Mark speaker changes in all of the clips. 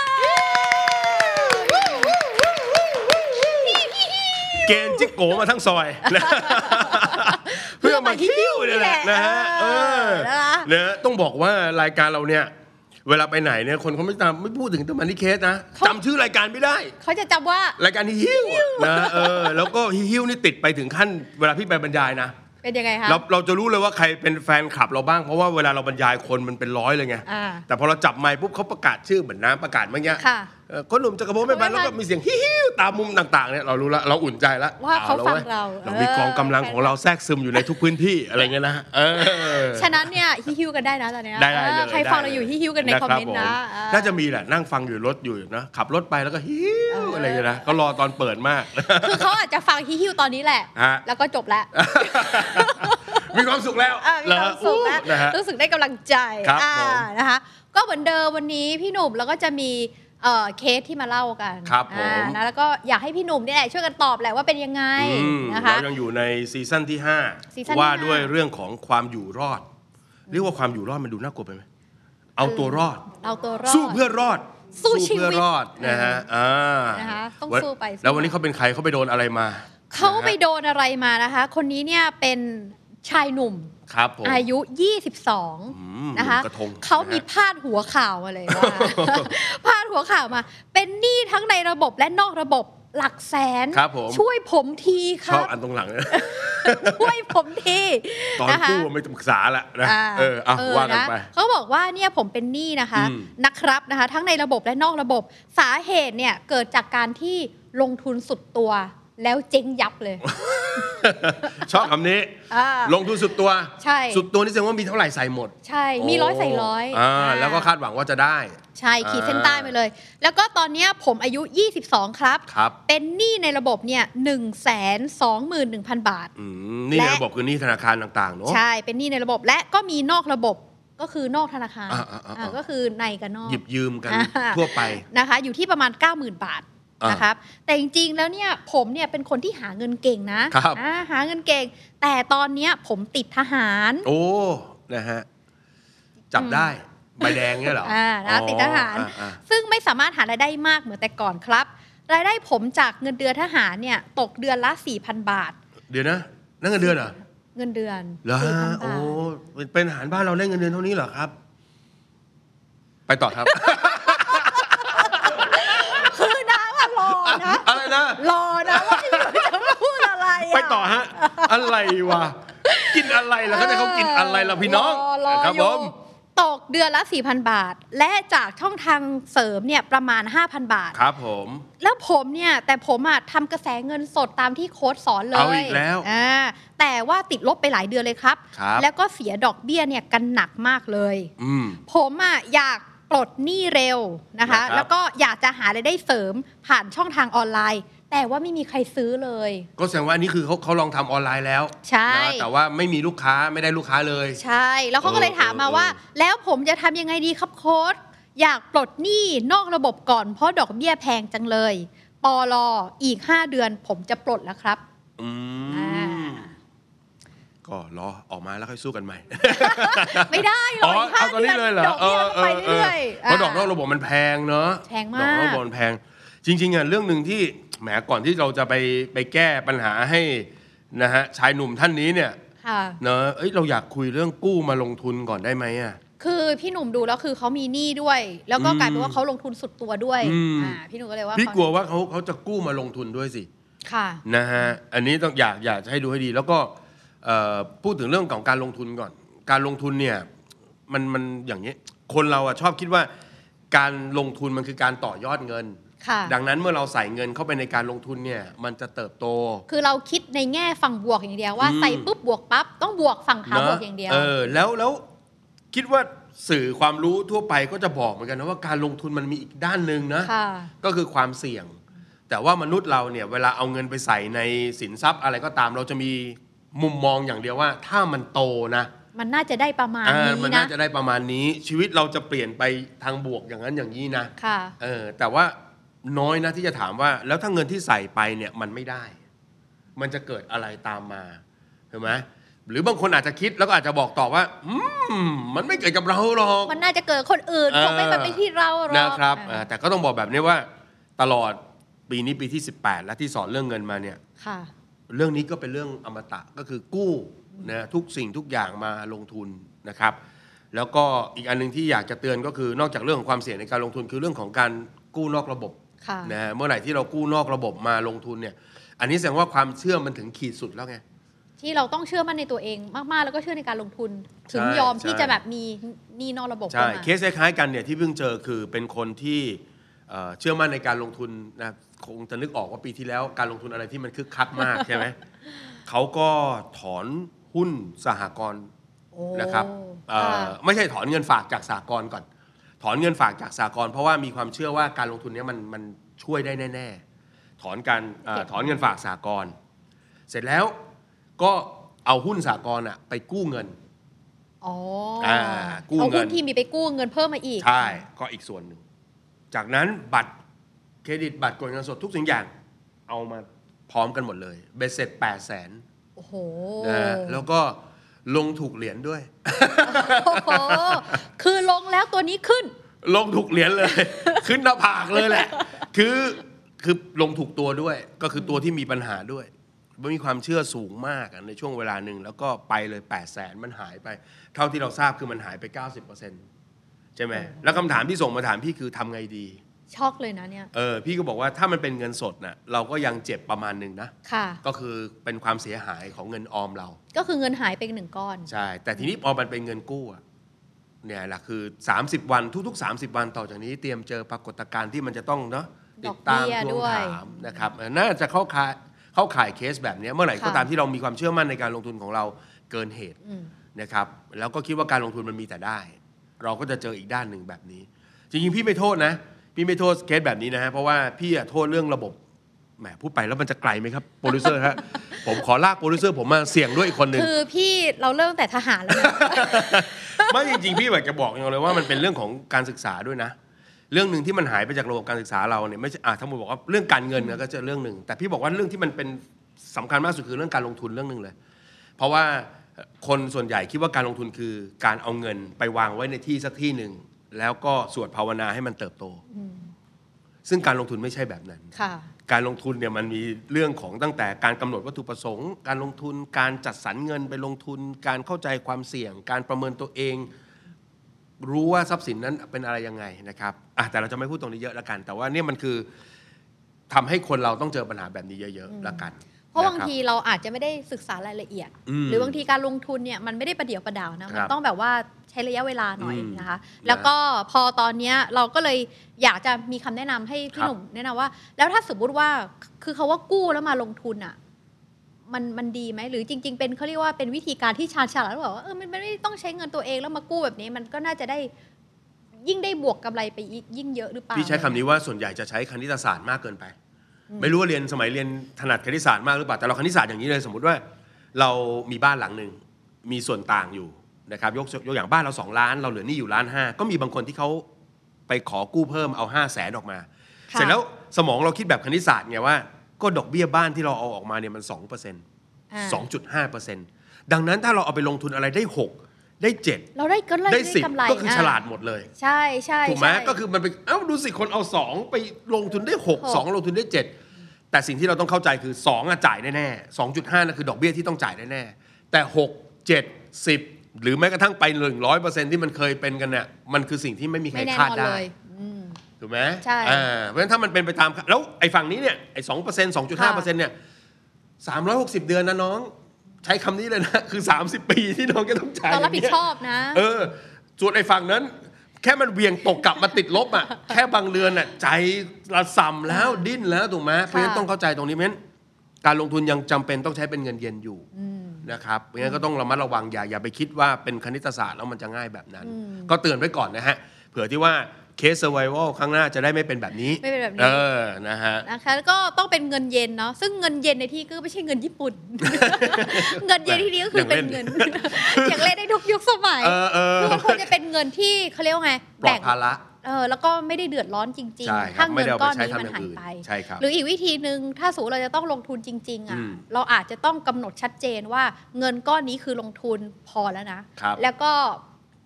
Speaker 1: ันธ์
Speaker 2: เกณฑ์จิกโกมาทั้งซ อยนะเพื่อมาคิ้วเนี่ยแหละนะฮะเออเนยต้องบอกว่ารายการเราเนี่ย เวลาไปไหนเนี่ยคนเขาไม่ตามไม่พูดถึงตัวมันนี่เคสนะจำชื่อรายการไม่ได้
Speaker 1: เขาจะจำว่า
Speaker 2: รายการฮิ้วนะเออแล้วก็ฮิ้วนี่ติดไปถึงขั้น เวลาพี่ไปบรรยายนะ
Speaker 1: เป็นยังไงคะ
Speaker 2: เราเราจะรู้เลยว่าใครเป็นแฟนคลับเราบ้างเพราะว่าเวลาเราบรรยายคนมันเป็นร้อยเลยไง
Speaker 1: อ่า
Speaker 2: แต่พอเราจับไมค์ปุ๊บเขาประกาศชื่อเหมือนน้ำประกาศเมื่อกี้
Speaker 1: ค่ะ
Speaker 2: เออคนหนุ่มจักรพงศ์ไม่พันแล้วก็มีเสียงฮิ้วตามมุมต่างๆเนี่ยเรารู้ละเราอุ่นใจละ
Speaker 1: ว่าเขา
Speaker 2: อละ
Speaker 1: ฟัง
Speaker 2: ว้ย
Speaker 1: เรา
Speaker 2: เรามี
Speaker 1: เออ
Speaker 2: กองกำลังของเราแทรกซึมอยู่ในทุกพื้นที่อะไรเงี้ยนะเออ
Speaker 1: ฉะนั้นเนี่ยฮิ้วๆกันได้นะตอนเนี้ย
Speaker 2: ได้ได้
Speaker 1: เอ
Speaker 2: เล
Speaker 1: อย ใครฟัง
Speaker 2: ได้
Speaker 1: เราอยู่ฮิ้วๆกันใน
Speaker 2: ะ
Speaker 1: คอม
Speaker 2: รับ
Speaker 1: เมนต์นะ
Speaker 2: ผ
Speaker 1: เออ
Speaker 2: น่าจะมีแหละนั่งฟังอยู่รถอยู่นะขับรถไปแล้วก็ฮิ้วอะไรอย่างเงี้ยนะก็รอตอนเปิด มาก
Speaker 1: คือเขาอาจจะฟังฮิ้วๆตอนนี้แหละ
Speaker 2: ฮะ
Speaker 1: แล้วก็จบแล้ว
Speaker 2: มีความสุขแล้ว
Speaker 1: เออมีความสุขแล้ว
Speaker 2: นะฮะ
Speaker 1: รู้สึกได้กำลังใจ
Speaker 2: ครับ
Speaker 1: อ่า
Speaker 2: ผม
Speaker 1: นะคะ ก็เหมือนเดิมวันนี้พี่หนุ่มแล้วก็จะมีเอ่อเคสที่มาเล่ากัน
Speaker 2: ครับผม
Speaker 1: อ่านะแล้วก็อยากให้พี่หนุ่มนี่แหละช่วยกันตอบแหละว่าเป็นยังไง
Speaker 2: อืม
Speaker 1: นะคะ
Speaker 2: เรายังอยู่ในซีซั่นที่
Speaker 1: ซีซั่นที่
Speaker 2: 5 ว่า
Speaker 1: ห้า
Speaker 2: ด้วยเรื่องของความอยู่รอด เรียกว่าความอยู่รอดมันดูน่ากลัวไปไหมเอาตัวรอด
Speaker 1: เอาตัวรอด
Speaker 2: สู้เพื่อรอด
Speaker 1: สู้ชีวิต
Speaker 2: เพื่อรอดนะฮะอ่า
Speaker 1: นะคะต้องสู้ไปสู้
Speaker 2: แล้ววันนี้เขาเป็นใครเขาไปโดนอะไรมา
Speaker 1: เขาไป
Speaker 2: นะฮะ
Speaker 1: โดนอะไรมานะคะ คนนี้เนี่ยเป็นชายหนุ่ม
Speaker 2: ครับผม
Speaker 1: อายุ
Speaker 2: อืม
Speaker 1: 22 นะคะ
Speaker 2: หนุ่มกระทง
Speaker 1: เขามี
Speaker 2: นะฮะ
Speaker 1: พาดหัวข่าวมาเลย ว่า พาดหัวข่าวมา เป็นหนี้ทั้งในระบบและนอกระบบหลักแสน
Speaker 2: ครับผม
Speaker 1: ช่วยผมทีค
Speaker 2: ช
Speaker 1: รั
Speaker 2: อบบ อันตรงหลัง เนี่ย
Speaker 1: ช่วยผมที
Speaker 2: ตอนะคะ กู้ไม่ต้องปรึกษาละนะ
Speaker 1: อ่า
Speaker 2: เออเอาว่ากันะ ไป
Speaker 1: เขาบอกว่าเนี่ยผมเป็นหนี้นะคะ
Speaker 2: อืม
Speaker 1: นะครับนะคะ ทั้งในระบบและนอกระบบสาเหตุเนี่ยเกิดจากการที่ลงทุนสุดตัวแล้วเจ๊งยับเลย
Speaker 2: ชอบคำนี้
Speaker 1: อ่า
Speaker 2: ลงทุนสุดตัว
Speaker 1: ใช่
Speaker 2: สุดตัวนี่แสดงว่ามีเท่าไหร่ใส่หมด
Speaker 1: ใช่มีร้อยใส่ร้อย
Speaker 2: อ่า
Speaker 1: อ่
Speaker 2: แล้วก็คาดหวังว่าจะได้
Speaker 1: ใช่ขีดเส้นใต้ไปเลย แล้วก็ตอนเนี้ยผมอายุ 22 ครับ
Speaker 2: ครับ
Speaker 1: เป็นหนี้ในระบบเนี่ย1 2 1 0 0 0 บาท
Speaker 2: อืมนี่
Speaker 1: และ
Speaker 2: ในระบบคือหนี่ธนาคารต่างๆเนอะ
Speaker 1: ใช่เป็นหนี้ในระบบและก็มีนอกระบบก็คือนอกธนาคาร
Speaker 2: อ่าอ่าอ่า
Speaker 1: อ่าก็คือในกับนอก
Speaker 2: หยิบยืมกัน
Speaker 1: อ่า
Speaker 2: ทั่วไป
Speaker 1: นะคะอยู่ที่ประมาณ 90,000 บาท
Speaker 2: อ่าน
Speaker 1: นะครับแต่จริงๆแล้วเนี่ยผมเนี่ยเป็นคนที่หาเงินเก่งนะครับ อ่าหาเงินเก่ง แต่ตอนเนี้ยผมติดทหาร
Speaker 2: โอ้นะฮะจับได้ใบแดงเนี่ยเหรอ
Speaker 1: อ่านะติดทหาร
Speaker 2: อ๋ออ่า
Speaker 1: ซึ่งไม่สามารถหารายได้มากเหมือนแต่ก่อนครับ รายได้ผมจากเงินเดือนทหารเนี่ยตกเดือนละ 4,000 บาท
Speaker 2: ๆเดี๋ยวนะนั่นเงินเดือนเหรอ
Speaker 1: เงินเดือน
Speaker 2: เหรอฮะ
Speaker 1: 4,000
Speaker 2: โอ้
Speaker 1: บาท
Speaker 2: เป็นเป็นทหารบ้านเราได้เงินเดือนเท่านี้เหรอครับ ไปต่อครับ
Speaker 1: คือน้ำอะรอนะ
Speaker 2: อะไรนะ
Speaker 1: รอนะว่าพี่หนุ่มจะพูดอะไระ
Speaker 2: ไปต่อฮะ อะไรวะกินอะไรล่ะก็ได้เขากินอะไรล่ะพี่น้อง
Speaker 1: รอรอ
Speaker 2: ครับ
Speaker 1: อ
Speaker 2: ผ
Speaker 1: ยู่
Speaker 2: ม
Speaker 1: ตกเดือนละ 4,000 บาท และจากช่องทางเสริมเนี่ยประมาณ 5,000 บาท
Speaker 2: ครับผม
Speaker 1: แล้วผมเนี่ยแต่ผมอะทำกระแสเงินสดตามที่โค้ดสอนเลย
Speaker 2: เอาอีกแล้ว
Speaker 1: อ่าแต่ว่าติดลบไปหลายเดือนเลยครับ
Speaker 2: ครับ
Speaker 1: แล้วก็เสียดอกเบี้ยเนี่ยกันหนักมากเลย
Speaker 2: อืม
Speaker 1: ผมอะอยากปลดหนี้เร็วนะคะ
Speaker 2: นะครับ
Speaker 1: แล้วก็อยากจะหารายได้เสริมผ่านช่องทางออนไลน์ แต่ว่าไม่มีใครซื้อเลย
Speaker 2: ก็แสดงว่าอันนี้คือเขาเขาลองทำออนไลน์แล้ว
Speaker 1: ใช่
Speaker 2: นะแต่ว่าไม่มีลูกค้าไม่ได้ลูกค้าเลย
Speaker 1: ใช่ แล้วเขาก็เลยถามมาว่า
Speaker 2: เออเออ
Speaker 1: แล้วผมจะทำยังไงดีครับโค้ดอยากปลดหนี้นอกระบบก่อน เพราะดอกเบี้ยแพงจังเลยปอลออีก 5 เดือนผมจะปลดแล้วครับ
Speaker 2: อื
Speaker 1: อ่
Speaker 2: มา ก็รอออกมาแล้วค่อยสู้กันใหม่
Speaker 1: ไม่ได้หรอกอีกห้า
Speaker 2: เอาตอน
Speaker 1: เดือ
Speaker 2: นี้
Speaker 1: น
Speaker 2: เลยเหรอ
Speaker 1: ดอกเบี้ยมันไปเรื่อยๆ
Speaker 2: เพราะดอกน
Speaker 1: อ่
Speaker 2: อกระบบมันแพงเนอะ
Speaker 1: แพงมาก
Speaker 2: ดอกนอกระบบมันแพง จริงๆอ่ะเรื่องหนึ่งที่แหมก่อนที่เราจะไปไปแก้ปัญหาให้นะฮะชายหนุ่มท่านนี้เนี่ย
Speaker 1: ค่ะ
Speaker 2: เนอะเอ้ย เราอยากคุยเรื่องกู้มาลงทุนก่อนได้ไหมอ่ะ
Speaker 1: คือพี่หนุ่มดูแล้วคือเขามีหนี้ด้วย แล้วก็กลายเป็นว่าเขาลงทุนสุดตัวด้วย
Speaker 2: อืม
Speaker 1: อ่าพี่หนุ่มก็เลยว่า
Speaker 2: พี่
Speaker 1: เขา
Speaker 2: กลัวว่าเขาเขาจะกู้มาลงทุนด้วยสิ
Speaker 1: ค่ะ
Speaker 2: นะฮะ อันนี้ต้องอยากอยากจะให้ดูให้ดี แล้วก็เอ่อพูดถึงเรื่องของการลงทุนก่อน การลงทุนเนี่ย มันมันอย่างนี้ คนเราอ่ะชอบคิดว่า การลงทุนมันคือการต่อยอดเงิน
Speaker 1: ค่ะ
Speaker 2: ดังนั้นเมื่อเราใส่เงินเข้าไปในการลงทุนเนี่ย มันจะเติบโต
Speaker 1: คือเราคิดในแง่ฝั่งบวกอย่างเดียวว่า
Speaker 2: อืม
Speaker 1: ใส่ปุ๊บบวกปั๊บต้องบวกฝั่งขา
Speaker 2: นะ
Speaker 1: บวกอย่างเดียว
Speaker 2: เออแล้วแล้วคิดว่าสื่อความรู้ทั่วไปก็จะบอกเหมือนกันนะว่าการลงทุนมันมีอีกด้านหนึ่งนะ
Speaker 1: ค่ะ
Speaker 2: ก็คือความเสี่ยง แต่ว่ามนุษย์เราเนี่ยเวลาเอาเงินไปใส่ในสินทรัพย์อะไรก็ตามเราจะมีมุมมองอย่างเดียวว่า ถ้ามันโตนะ
Speaker 1: มันน่าจะได้ประมาณ
Speaker 2: อ่ามั
Speaker 1: นี้
Speaker 2: น
Speaker 1: นะ
Speaker 2: น่าจะได้ประมาณนี้ ชีวิตเราจะเปลี่ยนไปทางบวกอย่างนั้นอย่างนี้นะ
Speaker 1: ค่ะ
Speaker 2: เออแต่ว่าน้อยนะที่จะถามว่า แล้วถ้าเงินที่ใส่ไปเนี่ยมันไม่ได้ มันจะเกิดอะไรตามมาเห็นไหมหรือบางคนอาจจะคิดแล้วก็อาจจะบอกต่อว่า อืมมันไม่เกิดกับเราหรอก
Speaker 1: มันน่าจะเกิดคนอื่นคงไม่มาเป็นที่เราหรอก
Speaker 2: นะครับ
Speaker 1: อ่า
Speaker 2: อ่าแต่ก็ต้องบอกแบบนี้ว่าตลอดปีนี้ปีที่ 18 และที่สอนเรื่องเงินมาเนี่ย
Speaker 1: ค่ะ
Speaker 2: เรื่องนี้ก็เป็นเรื่องอมตะก็คือกู้นะทุกสิ่งทุกอย่างมาลงทุนนะครับ แล้วก็อีกอันหนึงที่อยากจะเตือนก็คือนอกจากเรื่องของความเสี่ยงในการลงทุนคือเรื่องของการกู้นอกระบบ
Speaker 1: ค่ะ
Speaker 2: นะฮะเมื่อไหร่ที่เรากู้นอกระบบมาลงทุนเนี่ย อันนี้แสดงว่าความเชื่อมันถึงขีดสุดแล้วไง
Speaker 1: ที่เราต้องเชื่อมั่นในตัวเองมากๆ แล้วก็เชื่อในการลงทุน ถึง
Speaker 2: ใช่
Speaker 1: ยอมที่
Speaker 2: ใช่
Speaker 1: จะแบบมีหนี่นอกระบบ
Speaker 2: ใช่
Speaker 1: เข้ามา
Speaker 2: เคสคล้ายๆกันเนี่ยที่เพิ่งเจอคือเป็นคนที่เอ่อเชื่อมั่นในการลงทุนนะคงจะนึกออกว่าปีที่แล้วการลงทุนอะไรที่มันคึกคักมาก ใช่ไหมเขาก็ถอนหุ้นสหกรณ์
Speaker 1: โอ้
Speaker 2: นะครับเอ่อ
Speaker 1: ค่ะ
Speaker 2: ไม่ใช่ถอนเงินฝากจากสหกรณ์ก่อน ถอนเงินฝากจากสหกรณ์เพราะว่ามีความเชื่อว่าการลงทุนเนี้มันมันช่วยได้แน่ ๆ ถอนการเอ่อถอนเงินฝากสหกรณ์เสร็จแล้วก็เอาหุ้นสหกรณ์อะไปกู้เงิน
Speaker 1: อ๋ออา
Speaker 2: กู้
Speaker 1: เอาหุ้น
Speaker 2: เงิน
Speaker 1: ที่มีไปกู้เงินเพิ่มมาอีก
Speaker 2: ใช่ ก็อีกส่วนหนึ่ง จากนั้นบัตรเครดิตบัตรกดเงินสดทุกสิ่งอย่าง เอามาพร้อมกันหมดเลย เบสเสร็จ8 0 0แสน
Speaker 1: โอ้โห
Speaker 2: นะฮะแล้วก็ลงถูกเหรียญด้วย
Speaker 1: โอ้โห คือลงแล้วตัวนี้ขึ้น
Speaker 2: ลงถูกเหรียญเลย ขึ้นหน้าผากเลยแหละ คือคือลงถูกตัวด้วย ก็คือตัวที่มีปัญหาด้วยมันมีความเชื่อสูงมากอะในช่วงเวลาหนึ่ง แล้วก็ไปเลย 8 0 0แสนมันหายไป เท่าที่เราทราบคือมันหายไป 90%ใช่ไหมแล้วคำถามที่ส่งมาถามพี่คือทำไงดี
Speaker 1: ช็อกเลยนะเนี่ย
Speaker 2: เออพี่ก็บอกว่าถ้ามันเป็นเงินสดน่ะเราก็ยังเจ็บประมาณหนึ่งนะ
Speaker 1: ค่ะ
Speaker 2: ก็คือเป็นความเสียหายของเงินออมเรา
Speaker 1: ก็คือเงินหายไปหนึ่งก้อน
Speaker 2: ใช่ แต่ทีนี้พอมันเป็นเงินกู้อะเนี่ยแหละคือ 30 วันทุกๆ 30 วันต่อจากนี้เตรียมเจอปรากฏการณ์ที่มันจะต้องเนาะ
Speaker 1: ด
Speaker 2: ติ
Speaker 1: อก
Speaker 2: ด
Speaker 1: เบี้
Speaker 2: ตาม
Speaker 1: ย
Speaker 2: ท
Speaker 1: ด้
Speaker 2: วง
Speaker 1: วย
Speaker 2: ถามนะครับเออน่าจะเข้าข่ายเข้าข่ายเคสแบบเนี้ยเมื่อไหร่ก็ตามที่เรามีความเชื่อมั่นในการลงทุนของเราเกินเหตุ
Speaker 1: อืม
Speaker 2: นะครับแล้วก็คิดว่าการลงทุนมันมีแต่ได้ เราก็จะเจออีกด้านหนึ่งแบบนี้ จริงๆ พี่ไม่โทษนะ พี่ไม่โทษเคสแบบนี้นะฮะเพราะว่าพี่อะโทษเรื่องระบบแหมพูดไปแล้วมันจะไกลไหมครับโปรดิวเซอร์ฮะ ผมขอลากโปรดิวเซอร์ผมมาเสี่ยงด้วยอีกคนหนึ่ง
Speaker 1: คือพี่เราเริ่มแต่ทหารแล้วนะ
Speaker 2: ไม่จริงๆ พี่อยากจะบอกอย่างเดียวเลยว่ามันเป็นเรื่องของการศึกษาด้วยนะ เรื่องหนึ่งที่มันหายไปจากระบบการศึกษาเราเนี่ยไม่ใช่อ่ะทั้งหมดบอกว่าเรื่องการเงินเนี่ยก็จะเรื่องหนึ่งแต่พี่บอกว่าเรื่องที่มันเป็นสำคัญมากสุดคือเรื่องการลงทุนเรื่องหนึ่งเลย เพราะว่าคนส่วนใหญ่คิดว่าการลงทุนคือการเอาเงินไปวางไว้ในที่สักที่หนึ่งแล้วก็สวดภาวนาให้มันเติบโต ซึ่งการลงทุนไม่ใช่แบบนั้น
Speaker 1: ค่ะ
Speaker 2: การลงทุนเนี่ยมันมีเรื่องของตั้งแต่การกำหนดวัตถุประสงค์ การลงทุนการจัดสรรเงินไปลงทุน การเข้าใจความเสี่ยง การประเมินตัวเอง รู้ว่าทรัพย์สินนั้นเป็นอะไรยังไงนะครับอ่ะแต่เราจะไม่พูดตรงนี้เยอะละกัน แต่ว่าเนี่ยมันคือทำให้คนเราต้องเจอปัญหาแบบนี้เยอะๆละกัน
Speaker 1: เพราะ
Speaker 2: นค
Speaker 1: บาง
Speaker 2: บ
Speaker 1: ทีเราอาจจะไม่ได้ศึกษารายละเอียด
Speaker 2: อืม
Speaker 1: หรือบางทีการลงทุนเนี่ยมันไม่ได้ประเดี๋ยวประดาวนะ
Speaker 2: ครับ
Speaker 1: มันต้องแบบว่าใช้ระยะเวลาหน่อย
Speaker 2: อืม
Speaker 1: นะคะ แล้วก็พอตอนเนี้ยเราก็เลยอยากจะมีคำแนะนำให้พี่
Speaker 2: ครับ
Speaker 1: หนุ่มแนะนำว่า แล้วถ้าสมมติว่าคือเขาว่ากู้แล้วมาลงทุนอ่ะมันมันดีไหมหรือจริง ๆ เป็นเขาเรียกว่าเป็นวิธีการที่ชาญฉลาดหรือเปล่าว่าเออมันมันไม่ต้องใช้เงินตัวเองแล้วมากู้แบบนี้มันก็น่าจะได้ยิ่งได้บวกกำไรไปอีกยิ่งเยอะหรือเปล่า
Speaker 2: พี่ใช้คำนี้ว่าส่วนใหญ่จะใช้คณิตศาสตร์มากเกินไป ไม่รู้ว่าเรียนสมัยเรียนถนัดคณิตศาสตร์มากหรือเปล่าแต่เราคณิตศาสตร์อย่างนี้เลยสมมติว่า เรามีบ้านหลังหนึ่งมีส่วนต่างอยู่นะครับยกยกอย่างบ้านเราสองล้าน เราเหลือหนี่อยู่ล้านห้าก็มีบางคนที่เขาไปขอกู้เพิ่มเอาห้าแสนออกมา
Speaker 1: ค่ะ
Speaker 2: เสร็จแล้วสมองเราคิดแบบคณิตศาสตร์ไงว่า ก็ดอกเบี้ยบ้านที่เราเอาออกมาเนี่ยมันสองเปอร์เซ็นต์
Speaker 1: อ่า
Speaker 2: สองจุดห้าเปอร์เซ็นต์ดังนั้นถ้าเราเอาไปลงทุนอะไรได้หกได้เจ็ด
Speaker 1: เราได้ก็เลย
Speaker 2: ได้สิบ
Speaker 1: กำไร
Speaker 2: ก็คือ
Speaker 1: นะ
Speaker 2: ฉลาดหมดเลย
Speaker 1: ใช่ใช่
Speaker 2: ถูกไหม
Speaker 1: ใช่
Speaker 2: ก็คือมันไปเอ้าดูสิคนเอา 2 ไปลงทุนได้
Speaker 1: หก
Speaker 2: 6 2 ลงทุนได้ 7 แต่สิ่งที่เราต้องเข้าใจคือ 2อ่ะจ่ายแน่ๆ2.5นั่นคือดอกเบี้ยที่ต้องจ่ายแน่ๆแต่ 6 7 10 หรือแม้กระทั่งไป 100%ที่มันเคยเป็นกันเนี่ยมันคือสิ่งที่ไม่มีใคร
Speaker 1: ไม่แน่
Speaker 2: คาด
Speaker 1: นอนเล
Speaker 2: ได้
Speaker 1: ยอืม
Speaker 2: ถูกไหม
Speaker 1: ใช่
Speaker 2: อ่าเพราะฉะนั้นถ้ามันเป็นไปตาม แล้วไอ้ฝั่งนี้เนี่ยไอ้สองเปอร์เซ็นต์สองจุดห้าเปอร์เซ็นต์เนี่ยสามร้อยหกสิบเดือนนะน้อง ใช้คำนี้เลยนะคือ 30 ปีที่น้องจะต้องจ่าย
Speaker 1: ต้องรับ
Speaker 2: ย่าง
Speaker 1: ผิ
Speaker 2: เงี้
Speaker 1: ด
Speaker 2: ย
Speaker 1: ชอบนะ
Speaker 2: เออส่วนไอ้ฝั่งนั้น แค่มันเวียงตกกลับมาติดลบอ่ะ แค่บางเรือนอ่ะใจระส่ำแล้วดิ้นแล้วถูกไหมเพราะฉะนั้นต้องเข้าใจตรงนี้เพราะฉะนั้นการลงทุนยังจำเป็นต้องใช้เป็นเงินเย็นอยู่นะครับเพราะฉะนั้นก็ต้องระมัดระวังอย่าอย่าไปคิดว่าเป็นคณิตศาสตร์แล้วมันจะง่ายแบบนั้น ก็เตือนไว้ก่อนนะฮะเผื่อที่ว่า เคส survival ครั้งหน้าจะได้ไม่เป็นแบบนี้
Speaker 1: ไม่เป็นแบบนี้
Speaker 2: เออนะฮะ
Speaker 1: นะคะแล้วก็ต้องเป็นเงินเย็นเนาะซึ่งเงินเย็นในที่ก็ไม่ใช่เงินญี่ ปุ่น เงินเย็นที่นี้ก็คือเป็นเงิน อย่างเล่นได้ทุกยุคสมัย
Speaker 2: เออเออ
Speaker 1: คือมันควรจะเป็นเงินที่เขาเรียกว่าไง
Speaker 2: ปลอดภาระ
Speaker 1: เออแล้วก็ไม่ได้เดือดร้อนจริง
Speaker 2: ใช่
Speaker 1: ๆ
Speaker 2: ครั
Speaker 1: ถ้า
Speaker 2: บไม่
Speaker 1: เงิน
Speaker 2: ได้เอา
Speaker 1: ก้
Speaker 2: ไป
Speaker 1: อน
Speaker 2: ใช้
Speaker 1: นี้
Speaker 2: ทำ
Speaker 1: มั
Speaker 2: อน ย่าง
Speaker 1: หาย
Speaker 2: อื่น
Speaker 1: ไป
Speaker 2: ใช่ครับ
Speaker 1: หรืออีกวิธีหนึ่งถ้าสูเราจะต้องลงทุนจริง ๆ
Speaker 2: อื
Speaker 1: อ่ะ
Speaker 2: ม
Speaker 1: เราอาจจะต้องกำหนดชัดเจนว่าเงินก้อนนี้คือลงทุนพอแล้วนะ
Speaker 2: ครับ
Speaker 1: แล้วก็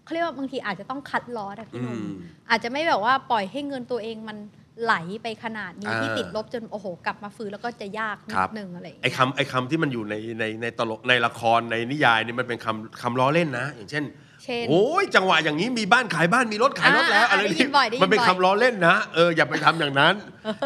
Speaker 1: เขาเรียกว่าบางทีอาจจะต้องคัดล้อนะพี่หนุ่ม
Speaker 2: อืม
Speaker 1: อาจจะไม่แบบว่าปล่อยให้เงินตัวเองมันไหลไปขนาดนี้
Speaker 2: อ่า
Speaker 1: ที่ติดลบจนโอ้โห กลับมาฟื้นแล้วก็จะยากนิ
Speaker 2: ครั
Speaker 1: ด
Speaker 2: บ
Speaker 1: นึงอะไรอย่าง
Speaker 2: ไอ้
Speaker 1: เงี้ย
Speaker 2: คำไอ้คำที่มันอยู่ในในในตลกในละครในนิยายเนี่ยมันเป็นคำคำล้อเล่นนะ อย่างเช่น
Speaker 1: เช่น
Speaker 2: โอ้ยจังหวะอย่างนี้มีบ้านขายบ้านมีรถขายรถแล้ว
Speaker 1: อ่า
Speaker 2: อะไร
Speaker 1: ได้ยิน
Speaker 2: นี่
Speaker 1: บ่อยได้ยินบ่อย
Speaker 2: มันเป็นคำล้อเล่นนะเอออย่าไปทำอย่างนั้น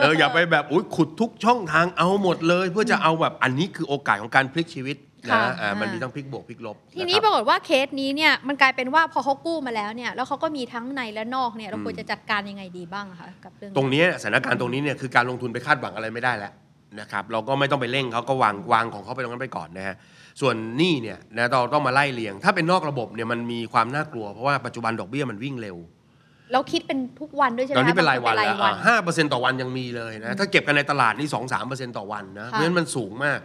Speaker 2: เอออย่าไปแบบอุ้ยขุดทุกช่องทางเอาหมดเลย เพื่อจะเอาแบบอันนี้คือโอกาสของการพลิกชีวิตนะอ่ามันมีทั้งพลิกบวกพลิกลบ
Speaker 1: ทีนี้
Speaker 2: ะค
Speaker 1: ป
Speaker 2: รับ
Speaker 1: รากฏว่าเคสนี้เนี่ยมันกลายเป็นว่าพอเขากู้มาแล้วเนี่ยแล้วเขาก็มีทั้งในและนอกเนี่ยเราควรจะจัดการยังไงดีบ้างอะคะกับเรื่องนี้
Speaker 2: ตรงเนี้ยสถานการณ์ตรงนี้เนี่ยคือการลงทุนไปคาดหวังอะไรไม่ได้แล้วนะครับเราก็ไม่ต้องไปเร่งเขาก็วางวางของเขาไปตรงนั้นไปก่อนนะฮะส่วนหนี้เนี่ยนะเราต้องมาไล่เลียง ถ้าเป็นนอกระบบเนี่ยมันมีความน่ากลัวเพราะว่าปัจจุบันดอกเบี้ยมันวิ่งเร็ว
Speaker 1: เราคิดเป็นทุกวันด้วยใช่ไหม
Speaker 2: ตอนนี้
Speaker 1: คะ
Speaker 2: เป็นรายวัน
Speaker 1: บงค
Speaker 2: แล้ว
Speaker 1: เป็
Speaker 2: ห้าเปอร์เซ็นต์ต่อวันยังมีเลยนะ ถ้าเก็บกันในตลาดนี่สองสามเปอร์เซ็นต์ต่อวันนะ
Speaker 1: ค่ะ
Speaker 2: เพราะฉะนั้นมันสูงมาก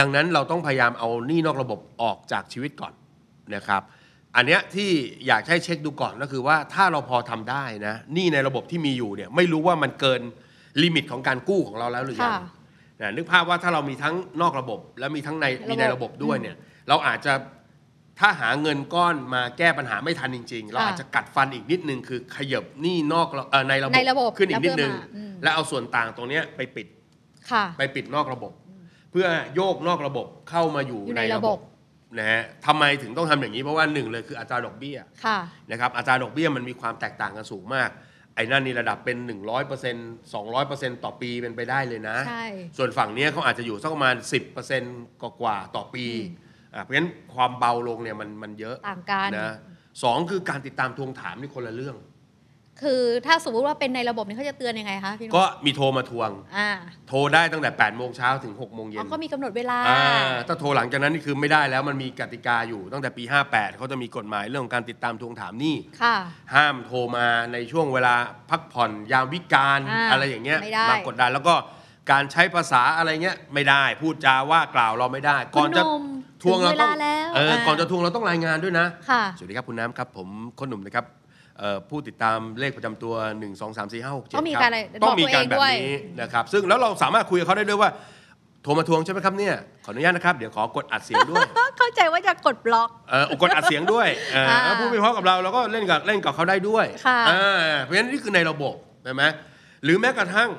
Speaker 2: ดังนั้นเราต้องพยายามเอาหนี้นอกระบบออกจากชีวิตก่อนนะครับ อันเนี้ยที่อยากให้เช็คดูก่อนก็คือว่าถ้าเราพอทำได้นะหนี้ในระบบที่มีอยู่เนี่ยไม่รู้ว่ามันเกินลิมิตของการกู้ของเราแล้วหรือยัง
Speaker 1: ค่ะ
Speaker 2: นะนึกภาพว่าถ้าเรามีทั้งนอกระบบ และมีทั้งในมีในระบบด้วยเนี่ยเราอาจจะถ้าหาเงินก้อนมาแก้ปัญหาไม่ทันจริง ๆ เรา
Speaker 1: ค่ะ
Speaker 2: อาจจะ กัดฟันอีกนิดนึงคือขยบหนี้นอกระเอ่อในระบบ
Speaker 1: ในระบบ
Speaker 2: ขึ้นอีกนิดนึง
Speaker 1: แล้วเพิ่มมาอืม
Speaker 2: แล้วเอาส่วนต่างตรงเนี้ยไปปิด
Speaker 1: ค่ะ
Speaker 2: ไปปิดนอกระบบ เพื่อโยกนอกระบบเข้ามาอยู่
Speaker 1: อยู่ใน
Speaker 2: ใน
Speaker 1: ระ
Speaker 2: ระ
Speaker 1: บบ บบ
Speaker 2: นะฮะทำไมถึงต้องทำอย่างนี้เพราะว่าหนึ่งเลยคืออัตราดอกเบี้ย
Speaker 1: ค่ะ
Speaker 2: นะครับอัตราดอกเบี้ยมันมีความแตกต่างกันสูงมาก ไอ้นั่นนี่ระดับเป็น 100% 200%ต่อปีเป็นไปได้เลยนะ
Speaker 1: ใช่
Speaker 2: ส่วนฝั่งเนี้ยเขาอาจจะอยู่สักประมาณ 10%กว่าๆต่อปีอ่ะเพราะฉะนั้นความเบาลงเนี่ยมันมันเยอะ
Speaker 1: ต่างกัน
Speaker 2: นะสองคือการติดตามทวงถามนี่คนละเรื่อง
Speaker 1: คือถ้าสมมติว่าเป็นในระบบเนี่ยเขาจะเตือนยังไงคะพี่หนุ่ม
Speaker 2: ก็มีโทรมาทวง
Speaker 1: อ่า
Speaker 2: โทรได้ตั้งแต่8ปดโมงเช้าถึง6กโมงเย็
Speaker 1: เขา
Speaker 2: น
Speaker 1: ก็มีกำหนดเวลา
Speaker 2: อ่าถ้าโทรหลังจากนั้นนี่คือไม่ได้แล้วมันมีกติกาอยู่ตั้งแต่ปี 58 เขาจะมีกฎหมายเรื่องของการติดตามทวงถามหนี่
Speaker 1: ค่ะ
Speaker 2: ห้ามโทรมาในช่วงเวลาพักผ่อนยามวิกาล
Speaker 1: อ่า
Speaker 2: อะไรอย่างเงี้ย
Speaker 1: ไม่ได้
Speaker 2: กดดันแล้วก็การใช้ภาษาอะไรเงี้ยไม่ได้พูดจาว่ากล่าวเราไม่ได้ ก่อนจะ
Speaker 1: คุณหนุ่ม
Speaker 2: ทวงเรา
Speaker 1: ถึงเว
Speaker 2: ต้อง
Speaker 1: ลาแล้ว
Speaker 2: เอออา ก่อนจะทวงเราต้องรายงานด้วยนะ
Speaker 1: ค่ะ
Speaker 2: สวัสดีครับ คุณน้ำครับ ผมคนหนุ่มนะครับเอ่อผู้ติดตามเลขประจำตัว 1 2 3 4 5 6 7
Speaker 1: ต้องมีการอะไร
Speaker 2: บต้องมีการ
Speaker 1: บ
Speaker 2: แบ
Speaker 1: อบ กตัวเองด้
Speaker 2: นี้
Speaker 1: วย
Speaker 2: นะครับ ซึ่งแล้วเราสามารถคุยกับเขาได้ด้วยว่า โทรมาทวงใช่ไหมครับเนี่ยขออนุญาตนะครับ เดี๋ยวขอกดอัดเสียงด้วย
Speaker 1: ก็เข้าใจว่าจะกดบล็อก
Speaker 2: เออกดอัดเสียงด้วยเออ
Speaker 1: อ่า
Speaker 2: แล้วผู้วิเคราะห์กับเราเราก็เล่นกับเล่นกับเขาได้ด้วย
Speaker 1: ค่ะ
Speaker 2: อ่าเพราะฉะนั้นนี่คือในระบบใช่ไหมหรือแม้กระทั่ง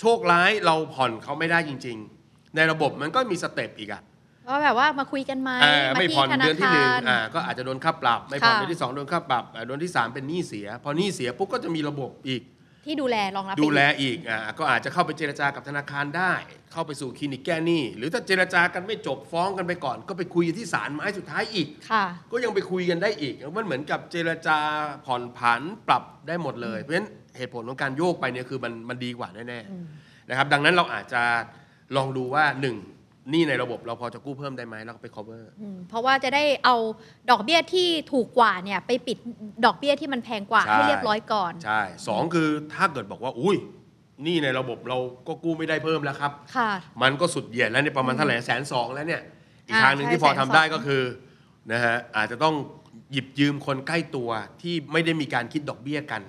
Speaker 2: โชคร้ายเราผ่อนเขาไม่ได้จริง ๆ ในระบบมันก็มีสเต็ปอีกอะ
Speaker 1: ว่าแบบว่ามาคุยกันไหม
Speaker 2: อ่า
Speaker 1: มา
Speaker 2: ไม่
Speaker 1: ที่
Speaker 2: ผ่อน
Speaker 1: ธนา
Speaker 2: เดือนที่
Speaker 1: คา
Speaker 2: หนึ่ง
Speaker 1: ร
Speaker 2: อ่าก็อาจจะโดนค่าปรับ ไม่ผ่อน
Speaker 1: ค่ะ
Speaker 2: เดือนที่สองโดนค่าปรับอ่าเดือนที่สามเป็นหนี้เสีย พอหนี้เสียปุ๊บก็จะมีระบบอีก
Speaker 1: ที่ดูแลรองรับ
Speaker 2: ดูแล
Speaker 1: ไปอีก
Speaker 2: อีกอ่าก็อาจจะเข้าไปเจรจากับธนาคารได้ เข้าไปสู่คลินิกแก้หนี้ หรือถ้าเจรจากันไม่จบฟ้องกันไปก่อน ก็ไปคุยกันที่ศาลไม้สุดท้ายอีก
Speaker 1: ค่ะ
Speaker 2: ก็ยังไปคุยกันได้อีก มันเหมือนกับเจรจาผ่อนผันปรับได้หมดเลย เพราะฉะนั้นเหตุผลของการโยกไปเนี่ยคือมันมันดีกว่าแน่ๆนะครับ ดังนั้นเราอาจจะลองดูว่าหนึ่งหนี้ในระบบเราพอจะกู้เพิ่มได้ไหมแล้วก็ไป cover
Speaker 1: อืมเพราะว่าจะได้เอาดอกเบี้ยที่ถูกกว่าเนี่ยไปปิดดอกเบี้ยที่มันแพงกว่า
Speaker 2: ใช่
Speaker 1: ให้เรียบร้อยก่อน
Speaker 2: ใช่สองคือถ้าเกิดบอกว่า อุ้ยหนี่ในระบบเราก็กู้ไม่ได้เพิ่มแล้วครับ
Speaker 1: ค่ะ
Speaker 2: มันก็สุดเหยียดแล้วเนี่ยประมาณเท่าไหร่แสนสองแล้วเนี่ย อีก
Speaker 1: อ่า
Speaker 2: ทางหนึ่ง
Speaker 1: ใช่
Speaker 2: ที่พอทำได้
Speaker 1: 120,000
Speaker 2: ก็คือนะฮะอาจจะต้องหยิบยืมคนใกล้ตัวที่ไม่ได้มีการคิดดอกเบี้ยกัน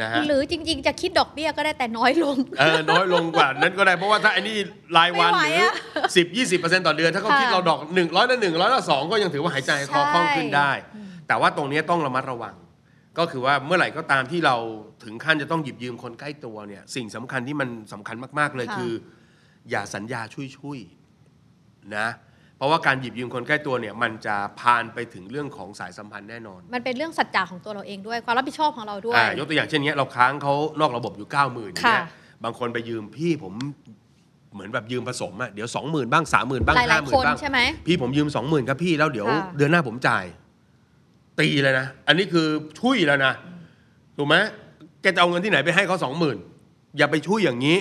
Speaker 2: นะฮะ
Speaker 1: หรือจริง ๆ จะคิดดอกเบี้ยก็ได้แต่น้อยลง
Speaker 2: เออน้อยลงกว่านั้นก็ได้เพราะว่าถ้าไอ้นี่รายวัน
Speaker 1: ไม่
Speaker 2: ห
Speaker 1: ไหว
Speaker 2: รือ
Speaker 1: อะ
Speaker 2: สิบยี่สิบเปอร์เซ็นต์ต่อเดือนถ้าเขา
Speaker 1: ค่ะ
Speaker 2: คิดเราดอกหนึ่งร้อยละหนึ่งร้อยละสองก็ยังถือว่าหายใจคอคล่องขึ้นได้
Speaker 1: ใช่
Speaker 2: แต่ว่าตรงเนี้ยต้องระมัดระวัง ก็คือว่าเมื่อไหร่ก็ตามที่เราถึงขั้นจะต้องหยิบยืมคนใกล้ตัวเนี่ย สิ่งสำคัญที่มันสำคัญมากๆเลย
Speaker 1: ค่ะ
Speaker 2: คือ อย่าสัญญาช่วยช่วยๆนะ เพราะว่าการหยิบยืมคนใกล้ตัวเนี่ย มันจะพานไปถึงเรื่องของสายสัมพันธ์แน่นอน
Speaker 1: มันเป็นเรื่องสัจจะของตัวเราเองด้วยความรับผิดชอบของเราด้วย
Speaker 2: อ่ายกตัวอย่างเช่นเนี้ยเราค้างเขานอกระบบอยู่9ก้าหมื่นเนี่ย
Speaker 1: ค่ะ
Speaker 2: บางคนไปยืมพี่ผมเหมือนแบบยืมผสมอะเดี๋ยว 2 0,000 บ้าง 3 0,000 บ้าง
Speaker 1: หลา
Speaker 2: ห้าย หมื่
Speaker 1: ๆคน น
Speaker 2: บ้าง
Speaker 1: ใช่ไหม
Speaker 2: พี่ผมยืมสองหมื่นครับพี่แล้วเดี๋ยว
Speaker 1: ค่ะ
Speaker 2: เดือนหน้าผมจ่าย ตีเลยนะ อันนี้คือช่วยแล้วนะถูกไหมแกจะเอาเงินที่ไหนไปให้เขาสองหมื่นอย่าไปช่วยอย่างนี้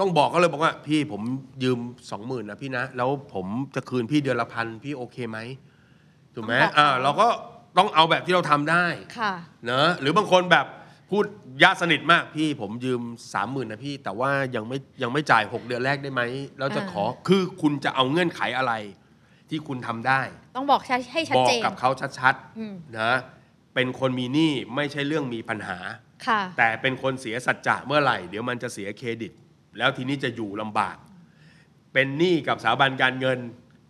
Speaker 2: ต้องบอกเขาเลยบอกว่า พี่ผมยืมสองหมื่นนะพี่นะ แล้วผมจะคืนพี่เดือนละพันพี่โอเคไหมถูกไหม
Speaker 1: ต้องบอกเขา
Speaker 2: อ่าเราก็ต้องเอาแบบที่เราทำได้
Speaker 1: ค่ะ
Speaker 2: เนอะหรือบางคนแบบ พูดญาติสนิทมากพี่ผมยืมสามหมื่นนะพี่ แต่ว่ายังไม่ยังไม่จ่าย 6 เดือนแรกได้ไหมแล้วจะ
Speaker 1: อ่า
Speaker 2: ขอคือคุณจะเอาเงื่อนไขอะไร ที่คุณทำได้
Speaker 1: ต้องบอกชัดให้ชัด
Speaker 2: บอก
Speaker 1: เจน
Speaker 2: กับเขาชัด
Speaker 1: อืม
Speaker 2: ๆนะเป็นคนมีหนี้ไม่ใช่เรื่องมีปัญหา
Speaker 1: ค่ะ
Speaker 2: แต่เป็นคนเสียสัจจะเมื่อไหร่ เดี๋ยวมันจะเสียเครดิต แล้วทีนี้จะอยู่ลำบาก เป็นหนี้กับสถาบันการเงิน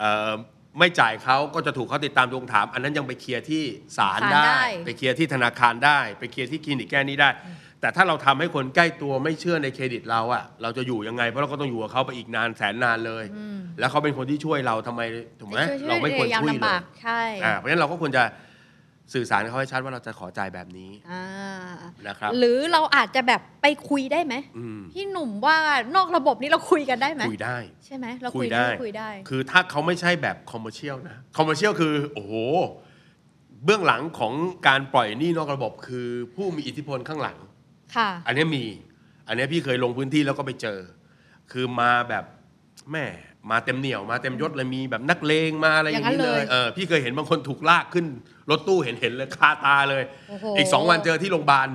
Speaker 2: เอ่อไม่จ่ายเขาก็จะถูกเขาติดตามทวงถาม อันนั้นยังไปเคลียร์ที่ศาล
Speaker 1: ศาล
Speaker 2: ได้
Speaker 1: ได้
Speaker 2: ไปเคลียร์ที่ธนาคารได้ ไปเคลียร์ที่คลินิกแก้หนี้ได้ แต่ถ้าเราทำให้คนใกล้ตัวไม่เชื่อในเครดิตเราอะเราจะอยู่ยังไง เพราะเราก็ต้องอยู่กับเขาไปอีกนานแสนนานเลย แล้วเขาเป็นคนที่ช่วยเราทำไมถูกไหม
Speaker 1: จะช่วย
Speaker 2: เราไม่ควร
Speaker 1: ยาม
Speaker 2: ช่วย
Speaker 1: ลำ
Speaker 2: เล
Speaker 1: บาย กใช่
Speaker 2: อ่าเพราะฉะนั้นเราก็ควรจะสื่อสารกับเขาให้ชัดว่าเราจะขอจ่ายแบบนี้
Speaker 1: อ่า
Speaker 2: นะครับ
Speaker 1: หรือเราอาจจะแบบไปคุยได้ไหม
Speaker 2: อืม
Speaker 1: พี่หนุ่มว่านอกระบบนี้เราคุยกันได้ไหม
Speaker 2: คุยได้
Speaker 1: ใช่ไหมเรา
Speaker 2: คุ
Speaker 1: คุ
Speaker 2: ย
Speaker 1: ย
Speaker 2: ได้
Speaker 1: ได้คุยได้
Speaker 2: คือถ้าเขาไม่ใช่แบบคอมเมอร์เชียลนะ คอมเมอร์เชียลคือ โอ้โห เบื้องหลังของการปล่อยหนี้นอกระบบคือผู้มีอิทธิพลข้างหลัง
Speaker 1: ค่ะ
Speaker 2: อันเนี้ยมี อันเนี้ยพี่เคยลงพื้นที่แล้วก็ไปเจอ คือมาแบบแม่มาเต็มเหนียวมาเต็มยศเลยมีแบบนักเลงมาอะไรอย่างนี้
Speaker 1: อย่างนั้น
Speaker 2: เล
Speaker 1: เลย ย
Speaker 2: เออพี่เคยเห็นบางคนถูกลากขึ้นรถตู้เห็นเห็นเลยคาตาเลย
Speaker 1: โอ้โห
Speaker 2: กสองวันเจอที่โรงพยาบาล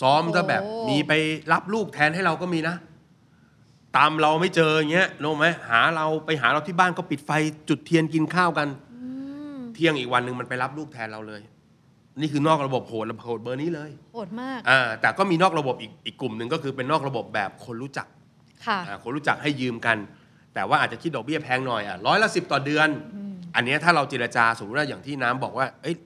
Speaker 2: ซ้อมก็แบบ
Speaker 1: โอ้โห
Speaker 2: มีไปรับลูกแทนให้เราก็มีนะ ตามเราไม่เจออย่างเงี้ยรู้ไหมหาเราไปหาเราที่บ้านก็ปิดไฟจุดเทียนกินข้าวกัน เที่ยงอีกวันหนึ่งมันไปรับลูกแทนเราเลย นี่คือนอกระบบโหดโหดเบอร์นี้เลย
Speaker 1: โหดมาก
Speaker 2: อ่าแต่ก็มีนอกระบบอีกอีกกลุ่มหนึ่งก็คือเป็นนอกระบบแบบคนรู้จัก
Speaker 1: ค่ะ
Speaker 2: อ่าคนรู้จักให้ยืมกัน แต่ว่าอาจจะคิดดอกเบี้ยแพงหน่อยอ่ะร้อยละสิบต่อเดือน อันเนี้ยถ้าเราเจรจาสมมติว่าอย่างที่น้ำบอกว่า เอ้ย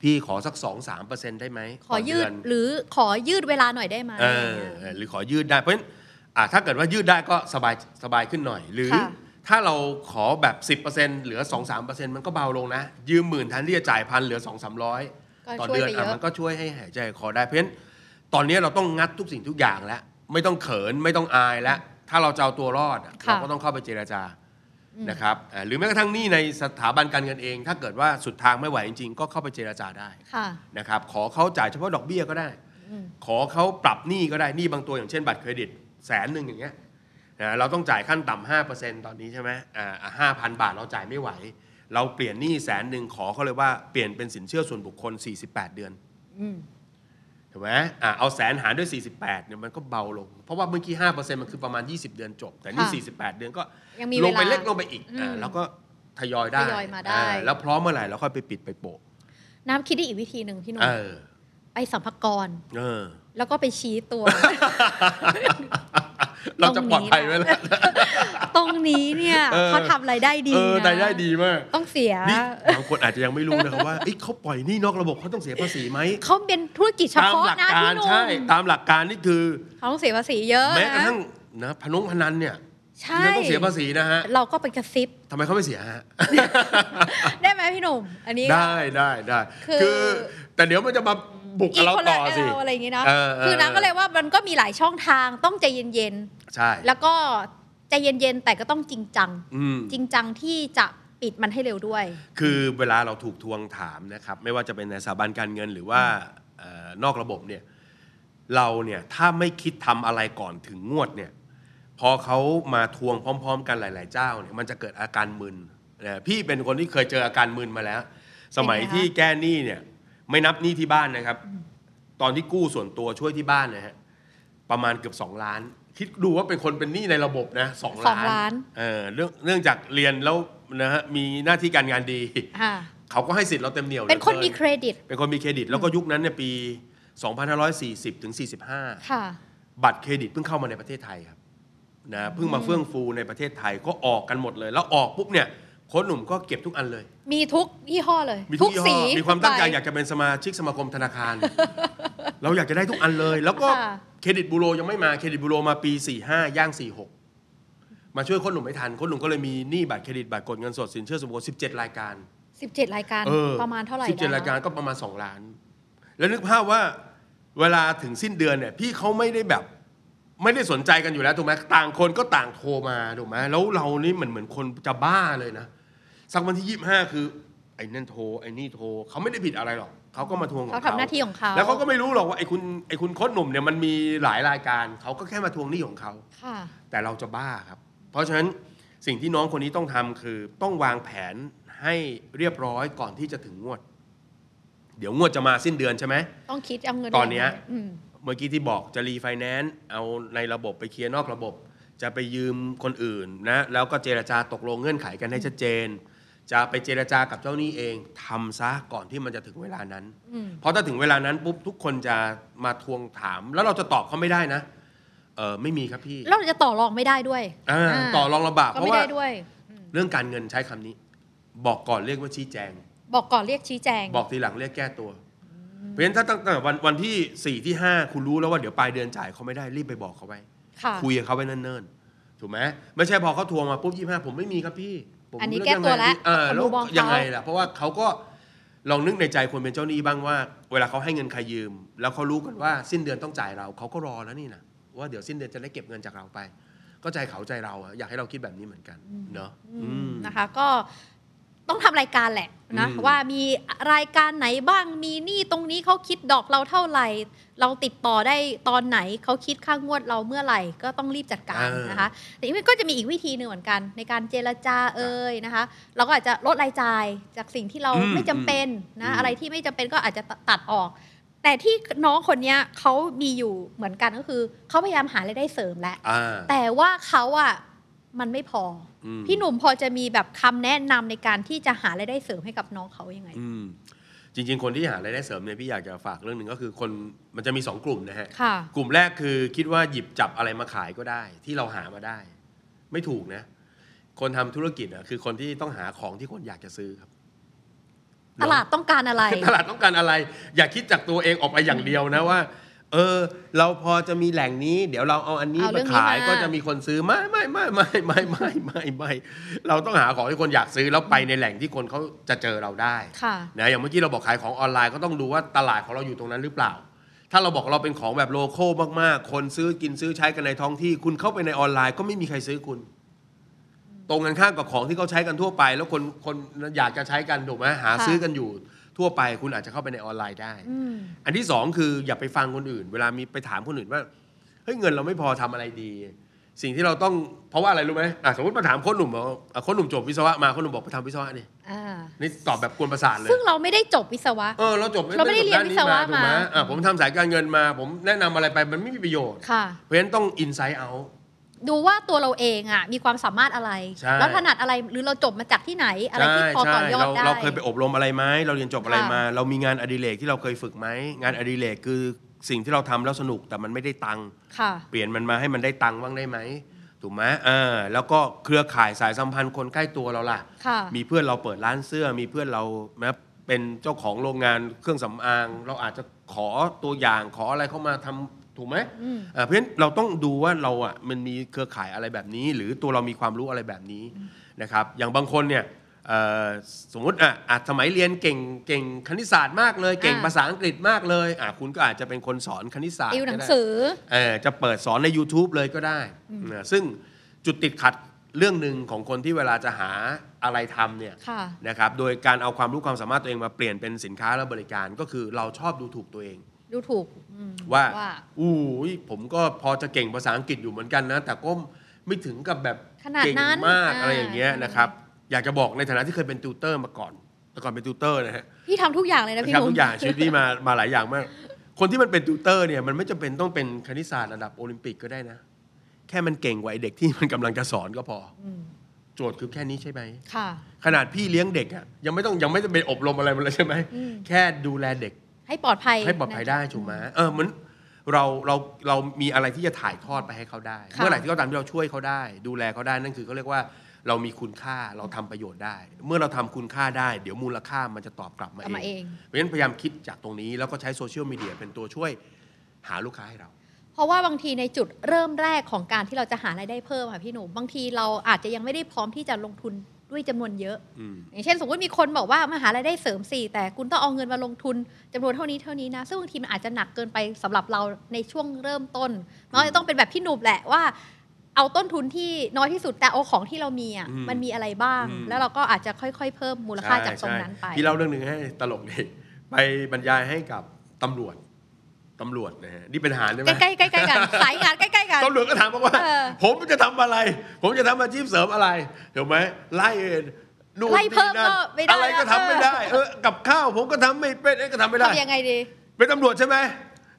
Speaker 2: พี่ขอสักสองสามเปอร์เซ็นต์ได้ไหม
Speaker 1: ขอยืด
Speaker 2: ต่เน
Speaker 1: หรือขอยืดเวลาหน่อยได้ไหม
Speaker 2: เอ
Speaker 1: อะไร
Speaker 2: อ
Speaker 1: เงี้ย
Speaker 2: เออหรือขอยืดได้เพราะฉะนั้นอ่าถ้าเกิดว่ายืดได้ก็สบายสบายขึ้นหน่อย หรือ
Speaker 1: ค่ะ
Speaker 2: ถ้าเราขอแบบ 10%เหลือ 2-3%มันก็เบาลงนะ ยืมหมื่นแทนที่จะจ่ายพันเหลือ 2-300
Speaker 1: ก็
Speaker 2: ต่อ
Speaker 1: ช่วย
Speaker 2: เดือน
Speaker 1: ไปเย
Speaker 2: อ่ะ
Speaker 1: อะ
Speaker 2: มันก็ช่วยให้หายใจคอได้เพราะฉะนั้นตอนนี้เราต้องงัดทุกสิ่งทุกอย่างแล้ว ไม่ต้องเขินไม่ต้องอายแล้ว ถ้าเราจะเอาตัวรอดอ่ะ
Speaker 1: ค่ะ
Speaker 2: เราก็ต้องเข้าไปเจราจานะครับอ่าหรือแม้กระทั่งหนี้ในสถาบันการเงินเอง ถ้าเกิดว่าสุดทางไม่ไหวจริงๆ ก็เข้าไปเจราจาได้
Speaker 1: ค่ะ
Speaker 2: นะครับขอเขาจ่ายเฉพาะดอกเบี้ยก็ได้
Speaker 1: อืม
Speaker 2: ขอเขาปรับหนี้ก็ได้หนี้บางตัวอย่างเช่นบัตรเครดิตแสนหนึ่งอย่างเงี้ยนะเราต้องจ่ายขั้นต่ำห้าเปอร์เซ็นต์ตอนนี้ใช่ไหมอ่าห้าพันบาทเราจ่ายไม่ไหว เราเปลี่ยนหนี้แสนหนึ่งขอเขาเลยว่าเปลี่ยนเป็นสินเชื่อส่วนบุคคล 48 เดือน
Speaker 1: อืม
Speaker 2: ถูกไหมอ่ะเอาแสนหารด้วย 48เนี่ยมันก็เบาลง เพราะว่าเมื่อกี้5%มันคือประมาณ 20 เดือนจบ แต่นี่
Speaker 1: ค่ะ
Speaker 2: 48 เดือนก็
Speaker 1: ยังมี
Speaker 2: ลงไป
Speaker 1: เวลา
Speaker 2: เล็กลงไปอีกอ่ะ
Speaker 1: อืม
Speaker 2: แล้วก็ทยอยได้
Speaker 1: ทยอยมาได้
Speaker 2: อ่ะแล้วพร้อมเมื่อไหร่เราค่อยไปปิดไปโปะ
Speaker 1: น้ำคิดได้อีกวิธีหนึ่งพี่หนุ่
Speaker 2: เอ
Speaker 1: ม
Speaker 2: อ
Speaker 1: ไปสัมภากร
Speaker 2: เออ
Speaker 1: แล้วก็ไปชี้ตัว
Speaker 2: เราจะปลอดภัยไหมล่ะ
Speaker 1: ตรงนี้เนี่ย
Speaker 2: เออ
Speaker 1: เขาทำรายได้ดี
Speaker 2: เออ
Speaker 1: นะ
Speaker 2: รายได้ดีมาก
Speaker 1: ต้องเสีย
Speaker 2: นี่บางคนอาจจะยังไม่รู้นะครับว่าเอ้ย เขาปล่อยหนี่นอกระบบเขาต้องเสียภาษีไหม
Speaker 1: เขาเป็นธุรกิจเฉ
Speaker 2: ตาม
Speaker 1: พาะ
Speaker 2: หลัก
Speaker 1: นะ
Speaker 2: กา
Speaker 1: พี่
Speaker 2: ร
Speaker 1: หนุ่ม
Speaker 2: ใช่ ตามหลักการนี่คือ
Speaker 1: เขาต้องเสียภาษีเยอะ
Speaker 2: แม้กระ
Speaker 1: นะ
Speaker 2: ทั่งนะพนงพนันเนี่ย
Speaker 1: ใช่
Speaker 2: ที่เขาต้องเสียภาษีนะฮะ
Speaker 1: เราก็ไปกระซิบ
Speaker 2: ทำไมเขาไม่เสียฮะ
Speaker 1: ได้ไหมพี่หนุ่มอันนี้
Speaker 2: ได้ได้ได้
Speaker 1: คือ
Speaker 2: คือ แต่เดี๋ยวมันจะมาบุก
Speaker 1: อี
Speaker 2: กับ
Speaker 1: ก
Speaker 2: เรา
Speaker 1: คน
Speaker 2: ต่
Speaker 1: ละ
Speaker 2: อ
Speaker 1: เอ
Speaker 2: สิ
Speaker 1: ลอะไรอย่างงี้เนาะ
Speaker 2: เออเออ
Speaker 1: คือน้ำก็เลยว่ามันก็มีหลายช่องทางต้องใจเย็น
Speaker 2: ใช่
Speaker 1: ๆแล้วก็ใจเย็นๆแต่ก็ต้องจริงจัง
Speaker 2: อืม
Speaker 1: จริงจังที่จะปิดมันให้เร็วด้วย
Speaker 2: คือเวลาเราถูกทวงถามนะครับ ไม่ว่าจะเป็นในสถาบันการเงินหรือว่าเอ่อนอกระบบเนี่ย เราเนี่ยถ้าไม่คิดทำอะไรก่อนถึงงวดเนี่ย พอเขามาทวงพร้อม ๆ กันหลาย ๆ เจ้าเนี่ยมันจะเกิดอาการมึนนะพี่เป็นคนที่เคยเจออาการมึนมาแล้ว สมัย
Speaker 1: เป็นไงคะ
Speaker 2: ที่แก้หนี้เนี่ย ไม่นับหนี้ที่บ้านนะครับ ตอนที่กู้ส่วนตัวช่วยที่บ้านนะฮะประมาณเกือบ2ล้าน คิดดูว่าเป็นคนเป็นหนี้ในระบบนะสอง
Speaker 1: ส
Speaker 2: ล้า
Speaker 1: อน งล้าน
Speaker 2: เออเรื่องเนื่องจากเรียนแล้วนะฮะมีหน้าที่การงานดี
Speaker 1: อ่า
Speaker 2: เขาก็ให้สิทธิ์เราเต็มเหนียวหลื
Speaker 1: เป็น
Speaker 2: อ
Speaker 1: คน
Speaker 2: กิ
Speaker 1: มีเครดิต
Speaker 2: เป็นคนมีเครดิต แล้วก็ยุคนั้นเนี่ยปี 2540ถึง45
Speaker 1: ค่ะ
Speaker 2: บัตรเครดิตเพิ่งเข้ามาในประเทศไทยครับนะเพิ่งมาเฟื่องฟูในประเทศไทยก็ออกกันหมดเลย แล้วออกปุ๊บเนี่ยโค้ชหนุ่มก็เก็บทุกอันเลย
Speaker 1: มีทุกยี่ห้อเลย
Speaker 2: มี
Speaker 1: ทุ
Speaker 2: ทุ
Speaker 1: ก
Speaker 2: กยี่ห้
Speaker 1: สี
Speaker 2: อมีความตั้งใจ
Speaker 1: ทุกใบ
Speaker 2: อยากจะเป็นสมาชิกสมาคมธนาคาร เราอยากจะได้ทุกอันเลย แล้วก็
Speaker 1: ค่ะ
Speaker 2: เครดิตบูโรยังไม่มาเครดิตบูโรมาปี 45 ย่าง 46 มาช่วยโค้ชหนุ่มไม่ทันโค้ชหนุ่มก็เลยมีหนี้บัตรเครดิตบัตรกดเงินสดสินเชื่อส่วนบุคคล17 รายการ
Speaker 1: สิบเจ็ดรายการ
Speaker 2: เออ
Speaker 1: ประมาณเท่าไหร่
Speaker 2: 17
Speaker 1: นะ
Speaker 2: รายการก็ประมาณ 2 ล้าน แล้วนึกภาพว่าเวลาถึงสิ้นเดือนเนี่ยพี่เขาไม่ได้แบบ ไม่ได้สนใจกันอยู่แล้วถูกไหมต่างคนก็ต่างโทรมาถูกไหมแล้วเรานี่เหมือนเหมือนคนจะบ้าเลยนะ สักวันที่ยี่ห้าคือ ไอ้นั่นโทรไอ้นี่โทรเขาไม่ได้ผิดอะไรหรอกเขาก็มาทวงของ
Speaker 1: เขา
Speaker 2: เขา
Speaker 1: ทำหน้าที่ของเขา
Speaker 2: แล้วเขาก็ไม่รู้หรอกว่าไอ้คุณไอ้คุณโค้ชหนุ่มเนี่ยมันมีหลายรายการเขาก็แค่มาทวงหนี้ของเขา
Speaker 1: ค่ะ
Speaker 2: แต่เราจะบ้าครับ เพราะฉะนั้นสิ่งที่น้องคนนี้ต้องทำคือต้องวางแผนให้เรียบร้อยก่อนที่จะถึงงวด เดี๋ยวงวดจะมาสิ้นเดือนใช่ไหม
Speaker 1: ต้องคิดเอาเงิน
Speaker 2: ตอนเนี้ย
Speaker 1: ไหอืม
Speaker 2: เมื่อกี้ที่บอกจะรีไฟแนนซ์เอาในระบบไปเคลียร์นอกระบบ จะไปยืมคนอื่นนะแล้วก็เจรจาตกลงเงื่อนไขกันให้ชัดเจน จะไปเจรจากับเจ้าหนี้เองทำซะก่อนที่มันจะถึงเวลานั้น
Speaker 1: อืม
Speaker 2: เพราะถ้าถึงเวลานั้นปุ๊บทุกคนจะมาทวงถาม แล้วเราจะตอบเขาไม่ได้นะเออไม่มีครับพี่
Speaker 1: แล้วเราจะต่อรองไม่ได้ด้วย
Speaker 2: อ่า
Speaker 1: า
Speaker 2: ต่อรองลำบาก
Speaker 1: ก็
Speaker 2: เพราะ
Speaker 1: ไม่
Speaker 2: ว่า
Speaker 1: ได้ด้วยอืม
Speaker 2: เรื่องการเงินใช้คำนี้ บอกก่อนเรียกว่าชี้แจง
Speaker 1: บอกก่อนเรียกชี้แจง
Speaker 2: บอกทีหลังเรียกแก้ตัว เพราะฉะนั้นถ้าตั้งแต่วันวันที่ 4 ที่ 5 คุณรู้แล้วว่าเดี๋ยวปลายเดือนจ่ายเขาไม่ได้รีบไปบอกเขาไว้
Speaker 1: ค่ะ
Speaker 2: คุยกับเขาไว้เนิ่นๆ ถูกไหมไม่ใช่พอเขาทวงมาปุ๊บยี่ห้าผมไม่มีครับพี่ผม
Speaker 1: อันนี้
Speaker 2: ไม่
Speaker 1: แก้
Speaker 2: รู้
Speaker 1: ตัว
Speaker 2: ยัง
Speaker 1: ละ
Speaker 2: ไงเออแล้ว
Speaker 1: ผมมองเขายั
Speaker 2: ยังไงล่ะ เพราะว่าเขาก็ลองนึกในใจคนเป็นเจ้าหนี้บ้างว่า เวลาเขาให้เงินใครยืม แล้วเขารู้กันว่าสิ้นเดือนต้องจ่ายเราเขาก็รอแล้วนี่นะว่าเดี๋ยวสิ้นเดือนจะได้เก็บเงินจากเราไป ก็ใจเขาใจเราอะอยากให้เราคิดแบบนี้เหมือนกันเนาะ
Speaker 1: อื
Speaker 2: อื
Speaker 1: ม
Speaker 2: ม
Speaker 1: นะคะก็ต้องทำรายการแหละนะ
Speaker 2: อืม
Speaker 1: ว่ามีรายการไหนบ้างมีหนี้ตรงนี้เขาคิดดอกเราเท่าไหร่ เราติดต่อได้ตอนไหนเขาคิดค่างวดเราเมื่อไหร่ก็ต้องรีบจัดการนะคะแต่นี่มันก็จะมีอีกวิธีหนึ่งเหมือนกัน ในการเจรจาเอ่ยนะคะ เราก็อาจจะลดรายจ่ายจากสิ่งที่เรา
Speaker 2: อืม
Speaker 1: ไม่จำเป็นนะ
Speaker 2: อืม
Speaker 1: อะไรที่ไม่จำเป็นก็อาจจะตัดออก แต่ที่น้องคนเนี้ยเขามีอยู่เหมือนกันก็คือเขาพยายามหารายได้เสริมแหละ
Speaker 2: อ่า
Speaker 1: แต่ว่าเขาอะมันไม่พอ
Speaker 2: อืม
Speaker 1: พี่หนุ่มพอจะมีแบบคำแนะนำในการที่จะหารายได้เสริมให้กับน้องเขายังไง
Speaker 2: อืมจริง ๆ คนที่หารายได้เสริมเนี่ยพี่อยากจะฝากเรื่องหนึ่งก็คือคนมันจะมี 2 กลุ่มนะฮะ
Speaker 1: ค่ะ
Speaker 2: กลุ่มแรกคือคิดว่าหยิบจับอะไรมาขายก็ได้ ที่เราหามาได้ ไม่ถูกนะ คนทำธุรกิจอ่ะคือคนที่ต้องหาของที่คนอยากจะซื้อครับ
Speaker 1: ตลาดต้องการอะไร
Speaker 2: ตลาดต้องการอะไร อย่าคิดจากตัวเองออกไปอย่างเดียวนะว่า เออ เราพอจะมีแหล่งนี้ เดี๋ยวเราเอาอันนี้
Speaker 1: เอาเรื่
Speaker 2: มา
Speaker 1: องนี้
Speaker 2: ขาย
Speaker 1: มา
Speaker 2: ก็จะมีคนซื้อไม่ไม่ไม่ไม่ไม่ไม่ไม่ไม่เราต้องหาของที่คนอยากซื้อแล้วไปในแหล่งที่คนเขาจะเจอเราได้
Speaker 1: ค่ะ
Speaker 2: นะอย่างเมื่อกี้เราบอกขายของออนไลน์ก็ต้องดูว่าตลาดของเราอยู่ตรงนั้นหรือเปล่า ถ้าเราบอกเราเป็นของแบบโลโก้มากๆ คนซื้อกินซื้อใช้กันในท้องที่ คุณเข้าไปในออนไลน์ก็ไม่มีใครซื้อคุณ ตรงกันข้ามกับของที่เขาใช้กันทั่วไป แล้วคนคนอยากจะใช้กันถูกไหมหา
Speaker 1: ค่ะ
Speaker 2: ซื้อกันอยู่ทั่วไป คุณอาจจะเข้าไปในออนไลน์ได้
Speaker 1: อืม
Speaker 2: อันที่สองคืออย่าไปฟังคนอื่น เวลามีไปถามคนอื่นว่าเฮ้ยเงินเราไม่พอทำอะไรดี สิ่งที่เราต้องเพราะว่าอะไรรู้ไหมอ่ะสมมติมาถามโค้ชหนุ่มบอกว่าอ่ะโค้ชหนุ่มจบวิศวะมาโค้ชหนุ่มบอกไปทำวิศวะนี่
Speaker 1: อ่า
Speaker 2: นี่ตอบแบบกวนประสาทเลย
Speaker 1: ซึ่งเราไม่ได้จบวิศวะ
Speaker 2: เออเราจบ
Speaker 1: เราไม่ได้เรียนวิศวะ
Speaker 2: จบด้นนี้ถูกไห
Speaker 1: มา
Speaker 2: อ่ะผมทำสายการเงินมา ผมแนะนำอะไรไปมันไม่มีประโยชน์
Speaker 1: ค่ะ
Speaker 2: เพราะฉะนั้นต้อง inside out
Speaker 1: ดูว่าตัวเราเองอะมีความสามารถอะไร
Speaker 2: ใช่
Speaker 1: แล้วถนัดอะไรหรือเราจบมาจากที่ไหน อะไรที่พอต่อยอด
Speaker 2: เรา
Speaker 1: ได้
Speaker 2: เราเคยไปอบรมอะไรไหมเราเรียนจบอะไร
Speaker 1: ค่ะ
Speaker 2: มา เรามีงานอดิเรกที่เราเคยฝึกไหมงานอดิเรกคือสิ่งที่เราทำแล้วสนุกแต่มันไม่ได้ตังค์
Speaker 1: ค่ะ
Speaker 2: เปลี่ยนมันมาให้มันได้ตังค์บ้างได้ไหมถูกไหมอ่าแล้วก็เครือข่ายสายสัมพันธ์คนใกล้ตัวเราล่ะ
Speaker 1: ค่ะ
Speaker 2: มีเพื่อนเราเปิดร้านเสื้อ มีเพื่อนเราแม้เป็นเจ้าของโรงงานเครื่องสำอาง เราอาจจะขอตัวอย่างขออะไรเข้ามาทำถูกไหม
Speaker 1: อืม
Speaker 2: อ่าเพราะฉะนั้นเราต้องดูว่าเราอ่ะมันมีเครือข่ายอะไรแบบนี้ หรือตัวเรามีความรู้อะไรแบบนี้นะครับ อย่างบางคนเนี่ยเอ่อสมมติอ่ะอาจสมัยเรียนเก่งเก่งคณิตศาสตร์มากเลย เก่งภาษาอังกฤษมากเลยอ่ะคุณก็อาจจะเป็นคนสอนคณิตศาสตร์
Speaker 1: ติวหนัง
Speaker 2: ก็ได้
Speaker 1: สือ
Speaker 2: เอ่อจะเปิดสอนใน YouTube เลยก็ได้เออซึ่งจุดติดขัดเรื่องหนึ่งของคนที่เวลาจะหาอะไรทำเนี่ย
Speaker 1: ค่ะ
Speaker 2: นะครับโดยการเอาความรู้ความสามารถตัวเองมาเปลี่ยนเป็นสินค้าและบริการก็คือเราชอบดูถูกตัวเอง
Speaker 1: ดูถูกอืม
Speaker 2: ว่า
Speaker 1: ว่า
Speaker 2: อู้ยผมก็พอจะเก่งภาษาอังกฤษอยู่เหมือนกันนะ แต่ก็ไม่ถึงกับแบบ
Speaker 1: ขนาด
Speaker 2: เก่ง
Speaker 1: นั้น
Speaker 2: มาก
Speaker 1: อ่า
Speaker 2: อะไรอย่างเงี้ยนะครับอยากจะบอกในฐานะที่เคยเป็นติวเตอร์มาก่อนแต่ก่อนเป็นติวเตอร์นะฮะ
Speaker 1: พี่ทำทุกอย่างเลยนะพี่ห
Speaker 2: ทำ
Speaker 1: นุ่ม
Speaker 2: ทุกอย่างชีวิตพี่มามาหลายอย่างมาก คนที่มันเป็นติวเตอร์เนี่ยมันไม่จำเป็นต้องเป็นคณิตศาสตร์ระดับโอลิมปิกก็ได้นะ แค่มันเก่งกว่าไอเด็กที่ มันกำลังจะสอนก็พออ
Speaker 1: ม
Speaker 2: โจทย์คือแค่นี้ใช่ไหม
Speaker 1: ค่ะ
Speaker 2: ขนาดพี่เลี้ยงเด็กอะยังไม่ต้องยังไม่ได้ไปอบรมอะไรมันเลยใช่ไหม
Speaker 1: อืม
Speaker 2: แค่ดูแลเด็ก
Speaker 1: ให้ปลอดภัย
Speaker 2: ให้ปลอดภัยได้ถูกไหมเออเหมือนเราเราเรามีอะไรที่จะถ่ายทอดไปให้เขาได้
Speaker 1: ค่ะ
Speaker 2: เมื่อไหร่ที่เขาตามที่เราช่วยเขาได้ ดูแลเขาได้นั่นคือเขาเรียกว่าเรามีคุณค่าเราทำประโยชน์ได้ เมื่อเราทำคุณค่าได้ เดี๋ยวมูลค่ามันจะตอบกลับมาก
Speaker 1: ลับมา
Speaker 2: เอ
Speaker 1: เอง ง
Speaker 2: เพราะฉะนั้นพยายามคิดจากตรงนี้แล้วก็ใช้โซเชียลมีเดียเป็นตัวช่วยหาลูกค้าให้เรา
Speaker 1: เพราะว่าบางทีในจุดเริ่มแรกของการที่เราจะหารายได้เพิ่มค่ะพี่หนุ่มบางทีเราอาจจะยังไม่ได้พร้อมที่จะลงทุนด้วยจำนวนเยอะ
Speaker 2: อืม
Speaker 1: อย่างเช่นสมมติมีคนบอกว่ามาหารายได้เสริมสี่แต่คุณต้องเอาเงินมาลงทุนจำนวนเท่านี้เท่านี้นะซึ่งบางทีมันอาจจะหนักเกินไปสำหรับเราในช่วงเริ่มต้นเนาะจะต้องเป็นแบบพี่หนุ่มแหละว่า เอาต้นทุนที่น้อยที่สุดแต่เอาของที่เรามีอ่ะ
Speaker 2: อืม
Speaker 1: มันมีอะไรบ้าง
Speaker 2: อืม
Speaker 1: แล้วเราก็อาจจะค่อยๆ เพิ่มมูลค่าจากตรงนั้นไป
Speaker 2: ใช่พี่เล่าเรื่องหนึ่งให้ตลกเลยไปบรรยายให้กับตำรวจตำรวจนะฮะนี่เป็นทหารใช่ไหม
Speaker 1: ใกล้ๆใกล้ๆ กันสายงานใกล้ๆกัน
Speaker 2: ตำรวจก็ถามบอกว่า
Speaker 1: เออ
Speaker 2: ผมจะทำอะไร ผมจะทำอาชีพเสริมอะไรถูกไหมไล่ นู่น
Speaker 1: ไล่เพิ่ม
Speaker 2: นี่นั่น
Speaker 1: ก็ไม่ได้
Speaker 2: อะไรก็ทำไม่ได้เออกับข้าวผมก็ทำไม่เป็นเอ้ยก็ทำไม่ได้
Speaker 1: ทำยังไงดี
Speaker 2: เป็นตำรวจใช่ไหม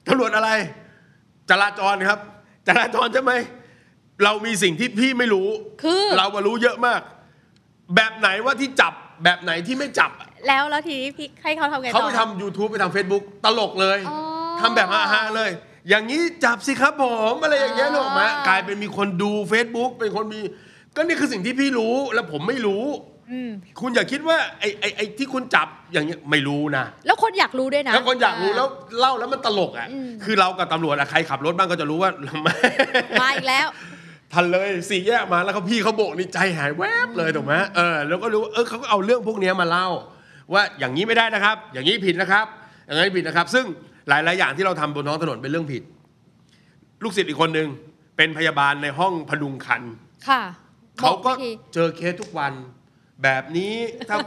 Speaker 2: ตำรวจอะไร จราจรครับ จราจรใช่ไหม เรามีสิ่งที่พี่ไม่รู้
Speaker 1: คือ
Speaker 2: เรามารู้เยอะมาก แบบไหนว่าที่จับ แบบไหนที่ไม่จับอะ
Speaker 1: แล้วแล้วทีนี้พี่ให้เขาทำไงต่อ
Speaker 2: เขาไปทำ YouTube ไปทำ Facebook ตลกเลย
Speaker 1: อ๋อ
Speaker 2: ทำแบบฮาๆเลย อย่างนี้จับสิครับผมอะไรอย่างเงี้ย
Speaker 1: อ๋อ
Speaker 2: นึกออกไหมกลายเป็นมีคนดู Facebook เป็นคนมี ก็นี่คือสิ่งที่พี่รู้และผมไม่รู้
Speaker 1: อืม
Speaker 2: คุณอย่าคิดว่าไอ้ไอ้ไอ้ที่คุณจับอย่างเงี้ยไม่รู้นะ
Speaker 1: แล้วคนอยากรู้ด้วยนะ
Speaker 2: แล้วคนอยากรู้แล้วเล่าแล้วมันตลกอ่ะ
Speaker 1: อืม
Speaker 2: คือเรากับตำรวจอะใครขับรถบ้างก็จะรู้ว่า
Speaker 1: มาอีกแล้ว
Speaker 2: ทันเลยสี่แยกมาแล้วเขาพี่เขาโบกนี่ใจหายแวบเลยถูกไหมเออแล้วก็รู้ว่าเออเขาก็เอาเรื่องพวกเนี้ยมาเล่า ว่าอย่างนี้ไม่ได้นะครับ อย่างนี้ผิดนะครับ อย่างนี้ผิดนะครับ ซึ่งหลายๆอย่างที่เราทำบนท้องถนนเป็นเรื่องผิด ลูกศิษย์อีกคนหนึ่งเป็นพยาบาลในห้องพดุงคัน
Speaker 1: ค่ะ
Speaker 2: เขาก็
Speaker 1: บอวิธี
Speaker 2: เจอเคสทุกวัน แบบนี้ ถ้า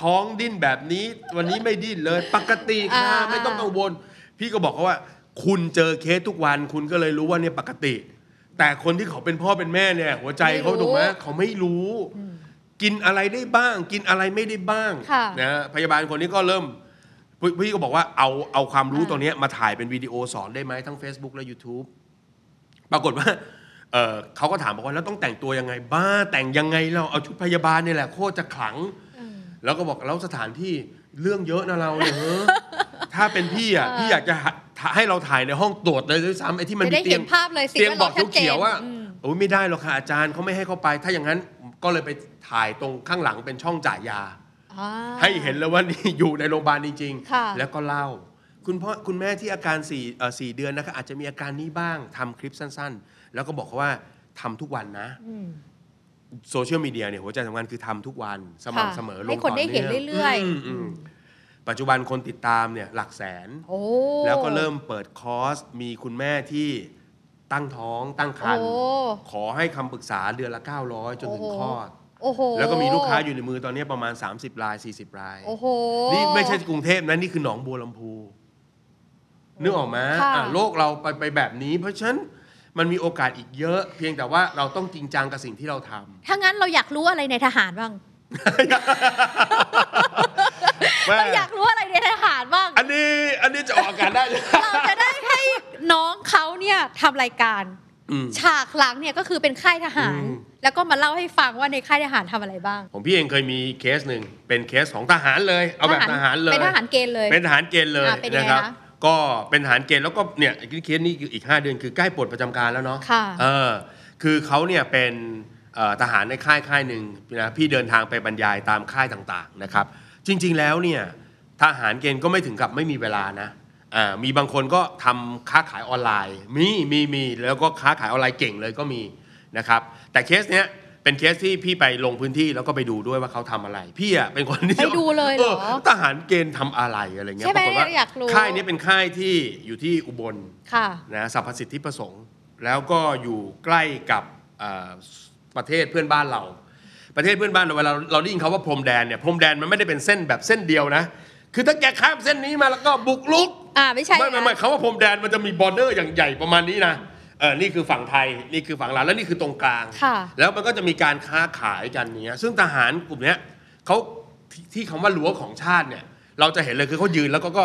Speaker 2: ท้องดิ้นแบบนี้ วันนี้ไม่ดิ้นเลย ปกติค่ะ
Speaker 1: อ่า
Speaker 2: ไม่ต้องกังวล พี่ก็บอกเขาว่า คุณเจอเคสทุกวัน คุณก็เลยรู้ว่าเนี่ยปกติ แต่คนที่เขาเป็นพ่อเป็นแม่เนี่ย หัวใจเขาถูกไหมเขาไม่รู้ กินอะไรได้บ้าง กินอะไรไม่ได้บ้าง
Speaker 1: ค่ะ
Speaker 2: นะฮะพยาบาลคนนี้ก็เริ่มพี่พี่ก็บอกว่าเอาเอาความรู้
Speaker 1: อ่า
Speaker 2: ตัวเนี้ยมาถ่ายเป็นวิดีโอสอนได้ไหมทั้ง Facebook และ YouTube ปรากฏว่าเอ่อเขาก็ถามบอกว่าแล้วต้องแต่งตัวยังไง บ้าแต่งยังไงเราเอาชุดพยาบาลเนี่ยแหละโคตรจะขลัง
Speaker 1: อืม
Speaker 2: แล้วก็บอกแล้วสถานที่เรื่องเยอะนะเราเนี่ยเฮ้อ ถ้าเป็นพี่อ่ะพี่อยากจะหาให้เราถ่ายในห้องตรวจเลยด้วยซ้ำไอ้ที่มัน
Speaker 1: จะ
Speaker 2: มี
Speaker 1: ได้
Speaker 2: เตีย
Speaker 1: เห็
Speaker 2: ง
Speaker 1: นภาพเลยสิ่ง
Speaker 2: เตียง
Speaker 1: แวด
Speaker 2: บ
Speaker 1: ล้
Speaker 2: อ
Speaker 1: อก ม
Speaker 2: เขียวๆว่า
Speaker 1: ชัดเจนอืม
Speaker 2: โอ้ยไม่ได้หรอกค่ะอาจารย์เขาไม่ให้เข้าไป ถ้าอย่างนั้นก็เลยไปถ่ายตรงข้างหลังเป็นช่องจ่ายยา
Speaker 1: อ่า
Speaker 2: ให้เห็นเลยว่านี่อยู่ในโรงพยาบาลจริง
Speaker 1: ค่ะ
Speaker 2: ๆ แล้วก็เล่า คุณพ่อคุณแม่ที่อาการสี่เอ่อสี่เดือนนะคะอาจจะมีอาการนี้บ้างทำคลิปสั้นๆ แล้วก็บอกเขาว่าทำทุกวันนะ
Speaker 1: อืม
Speaker 2: โซเชียลมีเดียเนี่ยหัวใจสำคัญคือทำทุกวันส
Speaker 1: ค่ะ
Speaker 2: ม่ำเสมอลง
Speaker 1: ให้คนได้เห็น
Speaker 2: ต่ง
Speaker 1: เรื่อยๆ
Speaker 2: มมปัจจุบันคนติดตามเนี่ยหลักแสน
Speaker 1: โอ้
Speaker 2: แล้วก็เริ่มเปิดคอร์สมีคุณแม่ที่ตั้งท้องตั้งครรภ์
Speaker 1: โอ้
Speaker 2: ขอให้คำปรึกษาเดือนละ 900 จนถึงคลอด
Speaker 1: โอ้โห
Speaker 2: แล้วก็มีลูกค้าอยู่ในมือตอนนี้ประมาณ 30ราย 40ราย
Speaker 1: โอ้โห
Speaker 2: นี่ไม่ใช่กรุงเทพนะนี่คือหนองบัวลำพูนึกออกไหม
Speaker 1: ค่ะ
Speaker 2: อ่ะโลกเราไปไปแบบนี้ เพราะฉะนั้นมันมีโอกาสอีกเยอะ เพียงแต่ว่าเราต้องจริงจังกับสิ่งที่เรา ท
Speaker 1: ถ้างั้นเราอยากรู้อะไรในทหารบ้าง
Speaker 2: ำ
Speaker 1: เราอยากรู้อะไรในทหารบ้าง
Speaker 2: อันนี้อันนี้จะออกอากาศได้
Speaker 1: เราจะได้ให้น้องเขาเนี่ยทำรายการ
Speaker 2: อืม
Speaker 1: ฉากหลังเนี่ยก็คือเป็นค่ายทหาร
Speaker 2: อืม
Speaker 1: แล้วก็มาเล่าให้ฟังว่าในค่ายทหารทำอะไรบ้าง
Speaker 2: ผมพี่เองเคยมีเคสหนึ่งเป็นเคสของทหารเลย เอาแบบทหารเลย
Speaker 1: เป็นทหารเกณฑ์เลย
Speaker 2: เป็นทหารเกณฑ์เลย
Speaker 1: อ่ะเป็นยังไง
Speaker 2: นะครับ
Speaker 1: คะ
Speaker 2: ก็เป็นทหารเกณฑ์แล้วก็เนี่ยเคสนี้อีก 5 เดือนคือใกล้ปลดประจำการแล้วเนาะ
Speaker 1: ค่ะ
Speaker 2: เออคือเขาเนี่ยเป็นเอ่อทหารในค่ายค่ายหนึ่งนะพี่เดินทางไปบรรยายตามค่ายต่างๆนะครับ จริงๆแล้วเนี่ยทหารเกณฑ์ก็ไม่ถึงกับไม่มีเวลานะอ่ามีบางคนก็ทำค้าขายออนไลน์ มีมีมีแล้วก็ค้าขายออนไลน์เก่งเลยก็มีนะครับ แต่เคสเนี้ยเป็นเคสที่พี่ไปลงพื้นที่แล้วก็ไปดูด้วยว่าเขาทำอะไร พี่อ่ะเป็นคนที่
Speaker 1: ไปดูเลยเหรอ
Speaker 2: ทหารเกณฑ์ทำอะไรอะไรเงี้ย
Speaker 1: ใช่ไหม
Speaker 2: ปรฏว่
Speaker 1: อยากรู้
Speaker 2: ค่ายนี้เป็นค่ายที่อยู่ที่อุบล
Speaker 1: ค่ะ
Speaker 2: นะสัพพสิทธิประสงค์ แล้วก็อยู่ใกล้กับเอ่อประเทศเพื่อนบ้านเรา ประเทศเพื่อนบ้านเราเวลาเราได้ยินเขาว่าพรมแดนเนี่ยพรมแดนมันไม่ได้เป็นเส้นแบบเส้นเดียวนะ คือถ้าแกข้ามเส้นนี้มาแล้วก็บุกลุก
Speaker 1: อ่าไม่ใช่
Speaker 2: ไม่ไม่ไม่
Speaker 1: นะ
Speaker 2: เขาว่าพรมแดนมันจะมีบอร์เดอร์อย่างใหญ่ประมาณนี้นะเออนี่คือฝั่งไทยนี่คือฝั่งลาวแล้วนี่คือตรงกลาง
Speaker 1: ค่ะ
Speaker 2: แล้วมันก็จะมีการค้าขายกันอย่างเนี้ยซึ่งทหารกลุ่มเนี้ยเขาที่ที่คำว่ารั้วของชาติเนี่ย เราจะเห็นเลยคือเขายืนแล้วก็ก็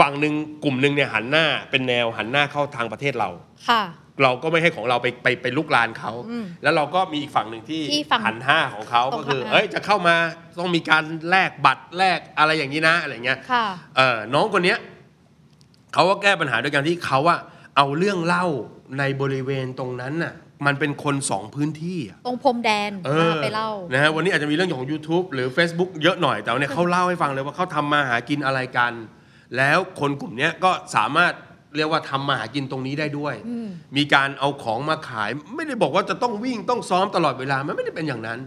Speaker 2: ฝั่งหนึ่งกลุ่มหนึ่งเนี่ยหันหน้าเป็นแนวหันหน้าเข้าทางประเทศเรา
Speaker 1: ค่ะ
Speaker 2: เราก็ไม่ให้ของเราไปไปไปลุกลานเขา
Speaker 1: อืม
Speaker 2: แล้วเราก็มีอีกฝั่งหนึ่งที่
Speaker 1: ที่ฝั่ง
Speaker 2: หันห้าของเขา
Speaker 1: ตรง
Speaker 2: ก็คือ
Speaker 1: ข้าม
Speaker 2: เอ้ยจะเข้ามาต้องมีการแลกบัตรแลกอะไรอย่างนี้นะอะไรเงี้ย
Speaker 1: ค่ะ
Speaker 2: เอ่อน้องคนเนี้ยเขาก็แก้ปัญหาด้วยการที่เขาอะเอาเรื่องเล่าในบริเวณตรงนั้นน่ะมันเป็นคนสองพื้นที่อะ
Speaker 1: ตรงพรมแดน
Speaker 2: เออ
Speaker 1: พาไปเล่า
Speaker 2: นะฮะวันนี้อาจจะมีเรื่องของ YouTube หรือ Facebook เยอะหน่อยแต่วันเนี่ยเขาเล่าให้ฟังเลยว่าเขาทำมาหากินอะไรกัน แล้วคนกลุ่มเนี้ยก็สามารถเรียกว่าทำมาหากินตรงนี้ได้ด้วย
Speaker 1: อืม
Speaker 2: มีการเอาของมาขาย ไม่ได้บอกว่าจะต้องวิ่งต้องซ้อมตลอดเวลามันไม่ได้เป็นอย่างนั้น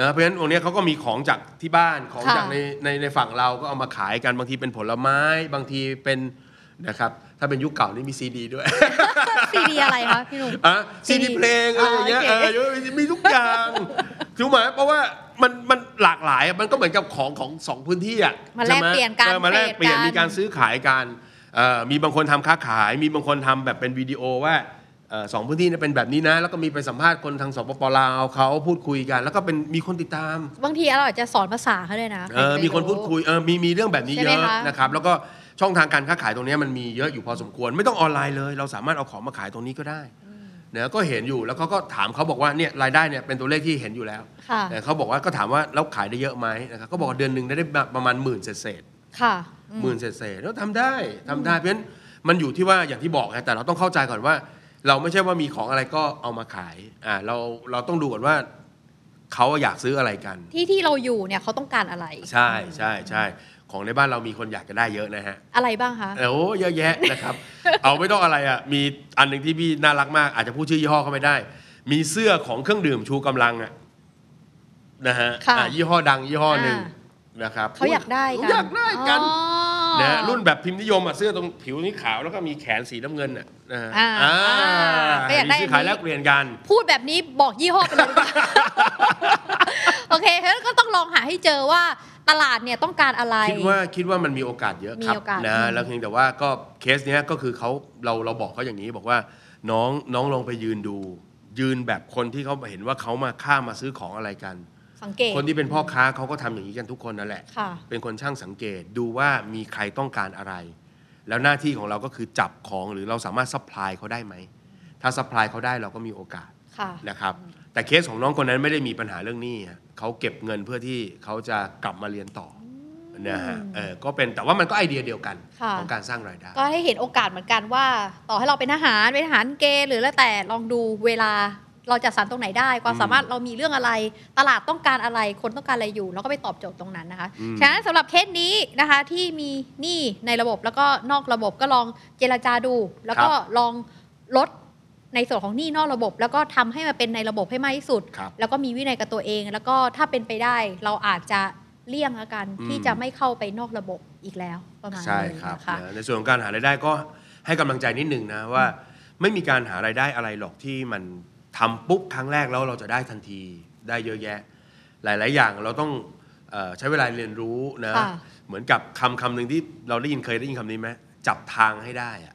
Speaker 2: นะเพราะฉะนั้นตรงเนี้ยเขาก็มีของจากที่บ้านของ
Speaker 1: ค่ะ
Speaker 2: จากใน ในในฝั่งเราก็เอามาขายกันบางทีเป็นผลไม้ บางทีเป็นนะครับ ถ้าเป็นยุคเก่านี่มีซีดีด้วย
Speaker 1: ซีดีอะไรคะพี่หนุ่ม
Speaker 2: อ่ะซีดี
Speaker 1: CD
Speaker 2: เพลงอะไรอย่างเงี้ย
Speaker 1: อ๋
Speaker 2: เอ
Speaker 1: อโอเค
Speaker 2: อมีทุกอย่าง ถูกไหมเพราะว่ามันมันหลากหลายอ่ะมันก็เหมือนกับของของสองพื้นที่อ่ะ
Speaker 1: มาแลก
Speaker 2: ใช่ไห
Speaker 1: เปลี่ยนกัน
Speaker 2: ออมาแลกเปลี่ยน
Speaker 1: เทรดกัน
Speaker 2: มีการซื้อขายกันเอ่อมีบางคนทำค้าขาย มีบางคนทำแบบเป็นวิดีโอว่า เอ่อสองพื้นที่เนี่ยเป็นแบบนี้นะ แล้วก็มีไปสัมภาษณ์คนทางสปปลาวเขาพูดคุยกัน แล้วก็เป็นมีคนติดตาม
Speaker 1: บางทีเราอาจจะสอนภาษาเขาเลยนะ
Speaker 2: เออ
Speaker 1: ใรจะ
Speaker 2: มีคนพูดคุยเออมีมีเรื่องแบบนี้
Speaker 1: ใช่
Speaker 2: เย
Speaker 1: ไหม
Speaker 2: อะ
Speaker 1: คะ
Speaker 2: นะครับ แล้วก็ช่องทางการค้าขายตรงเนี้ยมันมีเยอะอยู่พอสมควร ไม่ต้องออนไลน์เลย เราสามารถเอาของมาขายตรงนี้ก็ได้นะก็เห็นอยู่แล้วเขาก็ถามเขาบอกว่าเนี่ยรายได้เนี่ยเป็นตัวเลขที่เห็นอยู่แล้ว
Speaker 1: ค่ะ
Speaker 2: แต่เขาบอกว่าก็ถามว่าแล้วขายได้เยอะไหมนะครับก็บอกว่าเดือนหนึ่งได้ประมาณหมื่นเศษๆ
Speaker 1: ค่ะอืม
Speaker 2: หมื่นเศษๆแล้วทำได้ทำได้เพราะฉะนั้นมันอยู่ที่ว่าอย่างที่บอกนะแต่เราต้องเข้าใจก่อนว่า เราไม่ใช่ว่ามีของอะไรก็เอามาขายอ่าเราเราต้องดูก่อนว่าเขาอยากซื้ออะไรกัน
Speaker 1: ที่ที่เราอยู่เนี่ยเขาต้องการอะไร
Speaker 2: ใช่ใช่ใช่ของในบ้านเรามีคนอยากจะได้เยอะนะฮะ
Speaker 1: อะไรบ้างคะ
Speaker 2: แต่โอ้เยอะแยะนะครับ เอาไม่ต้องอะไรอ่ะมีอันหนึ่งที่พี่น่ารักมาก อาจจะพูดชื่อยี่ห้อเขาไม่ได้ มีเสื้อของเครื่องดื่มชูกำลังอ่ะนะฮะ
Speaker 1: ค่ะ
Speaker 2: อ่ะยี่ห้อดังยี่ห้อหนึ่ง
Speaker 1: อ่
Speaker 2: นะครับ
Speaker 1: เขาอยากได้กัน
Speaker 2: อยากได้กัน
Speaker 1: อ๋อ
Speaker 2: นะฮะรุ่นแบบพิมพ์นิยมอ่ะเสื้อตรงผิวนี้ขาวแล้วก็มีแขนสีน้ำเงินอ่ะนะฮะ
Speaker 1: อ่า
Speaker 2: อ่า
Speaker 1: ก็อยากได้อันนี้
Speaker 2: ซื้อขายแลกเปลี่ยนกัน
Speaker 1: พูดแบบนี้บอกยี่ห้อไปเลยดีก ว่า โอเคงั้นก็ต้องลองหาให้เจอว่าตลาดเนี่ยต้องการอะไร
Speaker 2: คิดว่าคิดว่ามันมีโอกาสเยอะครับ
Speaker 1: มีโอกาส
Speaker 2: นะ
Speaker 1: อืม
Speaker 2: แล้วเพียงแต่ว่าก็เคสเนี้ยก็คือเขาเราเราบอกเขาอย่างนี้บอกว่าน้องน้องลองไปยืนดู ยืนแบบคนที่เขาเห็นว่าเขามาค่ามาซื้อของอะไรกัน
Speaker 1: สังเกต
Speaker 2: คนที่เป็นพ่อค้าเขาก็ทำอย่างนี้กันทุกคนนั่นแหละ
Speaker 1: ค่ะ
Speaker 2: เป็นคนช่างสังเกตดูว่ามีใครต้องการอะไร แล้วหน้าที่ของเราก็คือจับของหรือเราสามารถซัพพลายเขาได้ไหมถ้าซัพพลายเขาได้เราก็มีโอกาส
Speaker 1: ค่ะ
Speaker 2: นะครับแต่เคสของน้องคนนั้นไม่ได้มีปัญหาเรื่องหนี้ฮะเขาเก็บเงินเพื่อที่เขาจะกลับมาเรียนต่ออนะฮะเออก็เป็นแต่ว่ามันก็ไอเดียเดียวกัน
Speaker 1: ค่ะ
Speaker 2: ของการสร้างรายได้
Speaker 1: ก็ให้เห็นโอกาสเหมือนกันว่า ต่อให้เราเป็นทหารเป็นทหารเกณฑ์หรือแล้วแต่ลองดูเวลาเราจัดสรรตรงไหนได้ ความ
Speaker 2: อืม
Speaker 1: สามารถเรามีเรื่องอะไร ตลาดต้องการอะไรคนต้องการอะไรอยู่เราก็ไปตอบโจทย์ตรงนั้นนะคะ
Speaker 2: อืม
Speaker 1: ฉะนั้นสำหรับเคสนี้นะคะที่มีหนี้ในระบบแล้วก็นอกระบบก็ลองเจรจาดู แล้วก็ลองลดในส่วนของหนี้นอกระบบ แล้วก็ทำให้มันเป็นในระบบให้มากที่สุด
Speaker 2: ครับ
Speaker 1: แล้วก็มีวินัยกับตัวเอง แล้วก็ถ้าเป็นไปได้เราอาจจะเลี่ยงอาการที่
Speaker 2: อืม
Speaker 1: จะไม่เข้าไปนอกระบบอีกแล้วประมาณ
Speaker 2: ใช่
Speaker 1: นี้
Speaker 2: ครับ
Speaker 1: นะคะ
Speaker 2: นะในส่วนของการหารายได้ก็ให้กำลังใจนิดหนึ่งนะว่า ไม่มีการหารายได้อะไรหรอกที่มันทำปุ๊บครั้งแรกแล้วเราจะได้ทันทีได้เยอะแยะ หลาย ๆ อย่างเราต้องเอ่อใช้เวลาเรียนรู้นะ
Speaker 1: ค่ะ
Speaker 2: เหมือนกับคำคำหนึ่งที่เราได้ยินเคยได้ยินคำนี้ไหมจับทางให้ได้อะ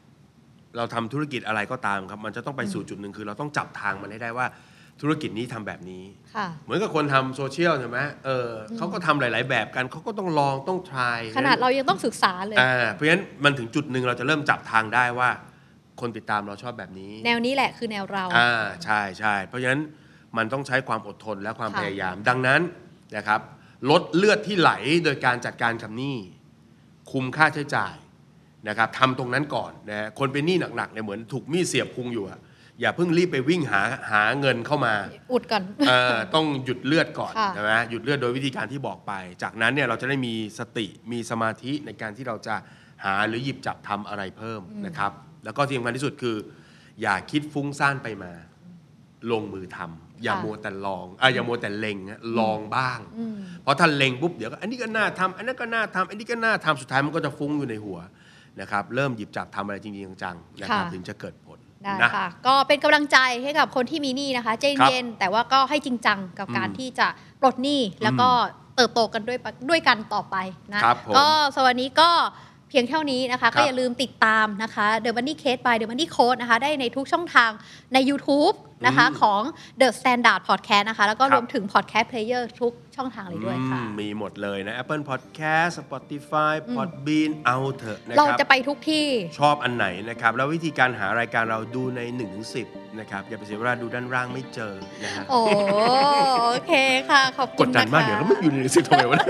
Speaker 2: เราทำธุรกิจอะไรก็ตามครับ มันจะต้องไปสู่จุดหนึ่งคือ เราต้องจับทางมันให้ได้ว่าธุรกิจนี้ทำแบบนี้
Speaker 1: ค่ะ
Speaker 2: เหมือนกับคนทำโซเชียลใช่ไหมเออเขาก็ทำหลาย ๆ แบบกันเขาก็ต้องลองต้อง try
Speaker 1: ขนาดเรายังต้องศึกษาเลย
Speaker 2: อ่าเพราะฉะนั้นมันถึงจุดหนึ่งเราจะเริ่มจับทางได้ว่า คนติดตามเราชอบแบบนี้
Speaker 1: แนวนี้แหละคือแนวเรา
Speaker 2: อ่าใช่ใช่เพราะฉะนั้นมันต้องใช้ความอดทนและความ
Speaker 1: ค่ะ
Speaker 2: พยายาม ดังนั้นนะครับ ลดเลือดที่ไหลโดยการจัดการคำหนี้ คุมค่าใช้จ่ายนะครับทำตรงนั้นก่อนนะฮะคนเป็นหนี้หนักๆเนี่ยเหมือนถูกมีดเสียบพุงอยู่อะอย่าเพิ่งรีบไปวิ่งหาหาเงินเข้ามา
Speaker 1: อุดก่อน
Speaker 2: เอ่อต้องหยุดเลือดก่อน
Speaker 1: ค่ะ
Speaker 2: ใช่ไหมหยุดเลือดโดยวิธีการที่บอกไป จากนั้นเนี่ยเราจะได้มีสติมีสมาธิในการที่เราจะหาหรือหยิบจับทำอะไรเพิ่มนะครับ แล้วก็ที่สำคัญที่สุดคือ อย่าคิดฟุ้งซ่านไปมา ลงมือทำอย่ามัวแต่ลองอ่ะอย่ามัวแต่เล็งนะลองบ้าง
Speaker 1: อืม
Speaker 2: เพราะถ้าเล็งปุ๊บเดี๋ยวก็อันนี้ก็น่าทำอันนั้นก็น่าทำอันนี้ก็น่าทำสุดท้ายมันก็จะฟุ้งอยู่ในหัวนะครับ เริ่มหยิบจับทำอะไรจริงๆจังๆนะครับ
Speaker 1: ค่ะ
Speaker 2: ถึงจะเกิดผล
Speaker 1: ได้
Speaker 2: นะ
Speaker 1: ค่ะ ก็เป็นกำลังใจให้กับคนที่มีหนี้นะคะใจเย็นๆแต่ว่าก็ให้จริงจังกับการ
Speaker 2: อืม
Speaker 1: ที่จะปลดหนี้แล้วก็เติบโตกันด้วยปะด้วยกันต่อไปนะครับ
Speaker 2: ผม
Speaker 1: ก็สำหรับวันนี้ก็เพียงเท่านี้นะคะ
Speaker 2: ครับ
Speaker 1: ก็อย่าลืมติดตามนะคะ The Money Case by The Money Code นะคะ ได้ในทุกช่องทางใน YouTube นะคะ
Speaker 2: อืม
Speaker 1: ของ The Standard Podcast นะคะ แล้วก็
Speaker 2: ครั
Speaker 1: ร
Speaker 2: บ
Speaker 1: วมถึง Podcast Player ทุกช่องทางเลยด้วยค่ะ
Speaker 2: อืมมีหมดเลยนะ Apple Podcast Spotify Podbean เอาเถอะนะ
Speaker 1: เรา
Speaker 2: ครับ
Speaker 1: จะไปทุกที่
Speaker 2: ชอบอันไหนนะครับ แล้ววิธีการหารายการเราดูใน1นถึงสินะครับ อย่าไปเสียเวลาดูด้านล่างไม่เจอนะฮะ
Speaker 1: โอ้โอเคค่ะ ขอบ
Speaker 2: ก
Speaker 1: คุ
Speaker 2: ด
Speaker 1: ณ
Speaker 2: ดัน
Speaker 1: นะคะ
Speaker 2: มากเดี๋ยวแล้วไม่อยู่ในหนังสือทำไมวะเนี่ย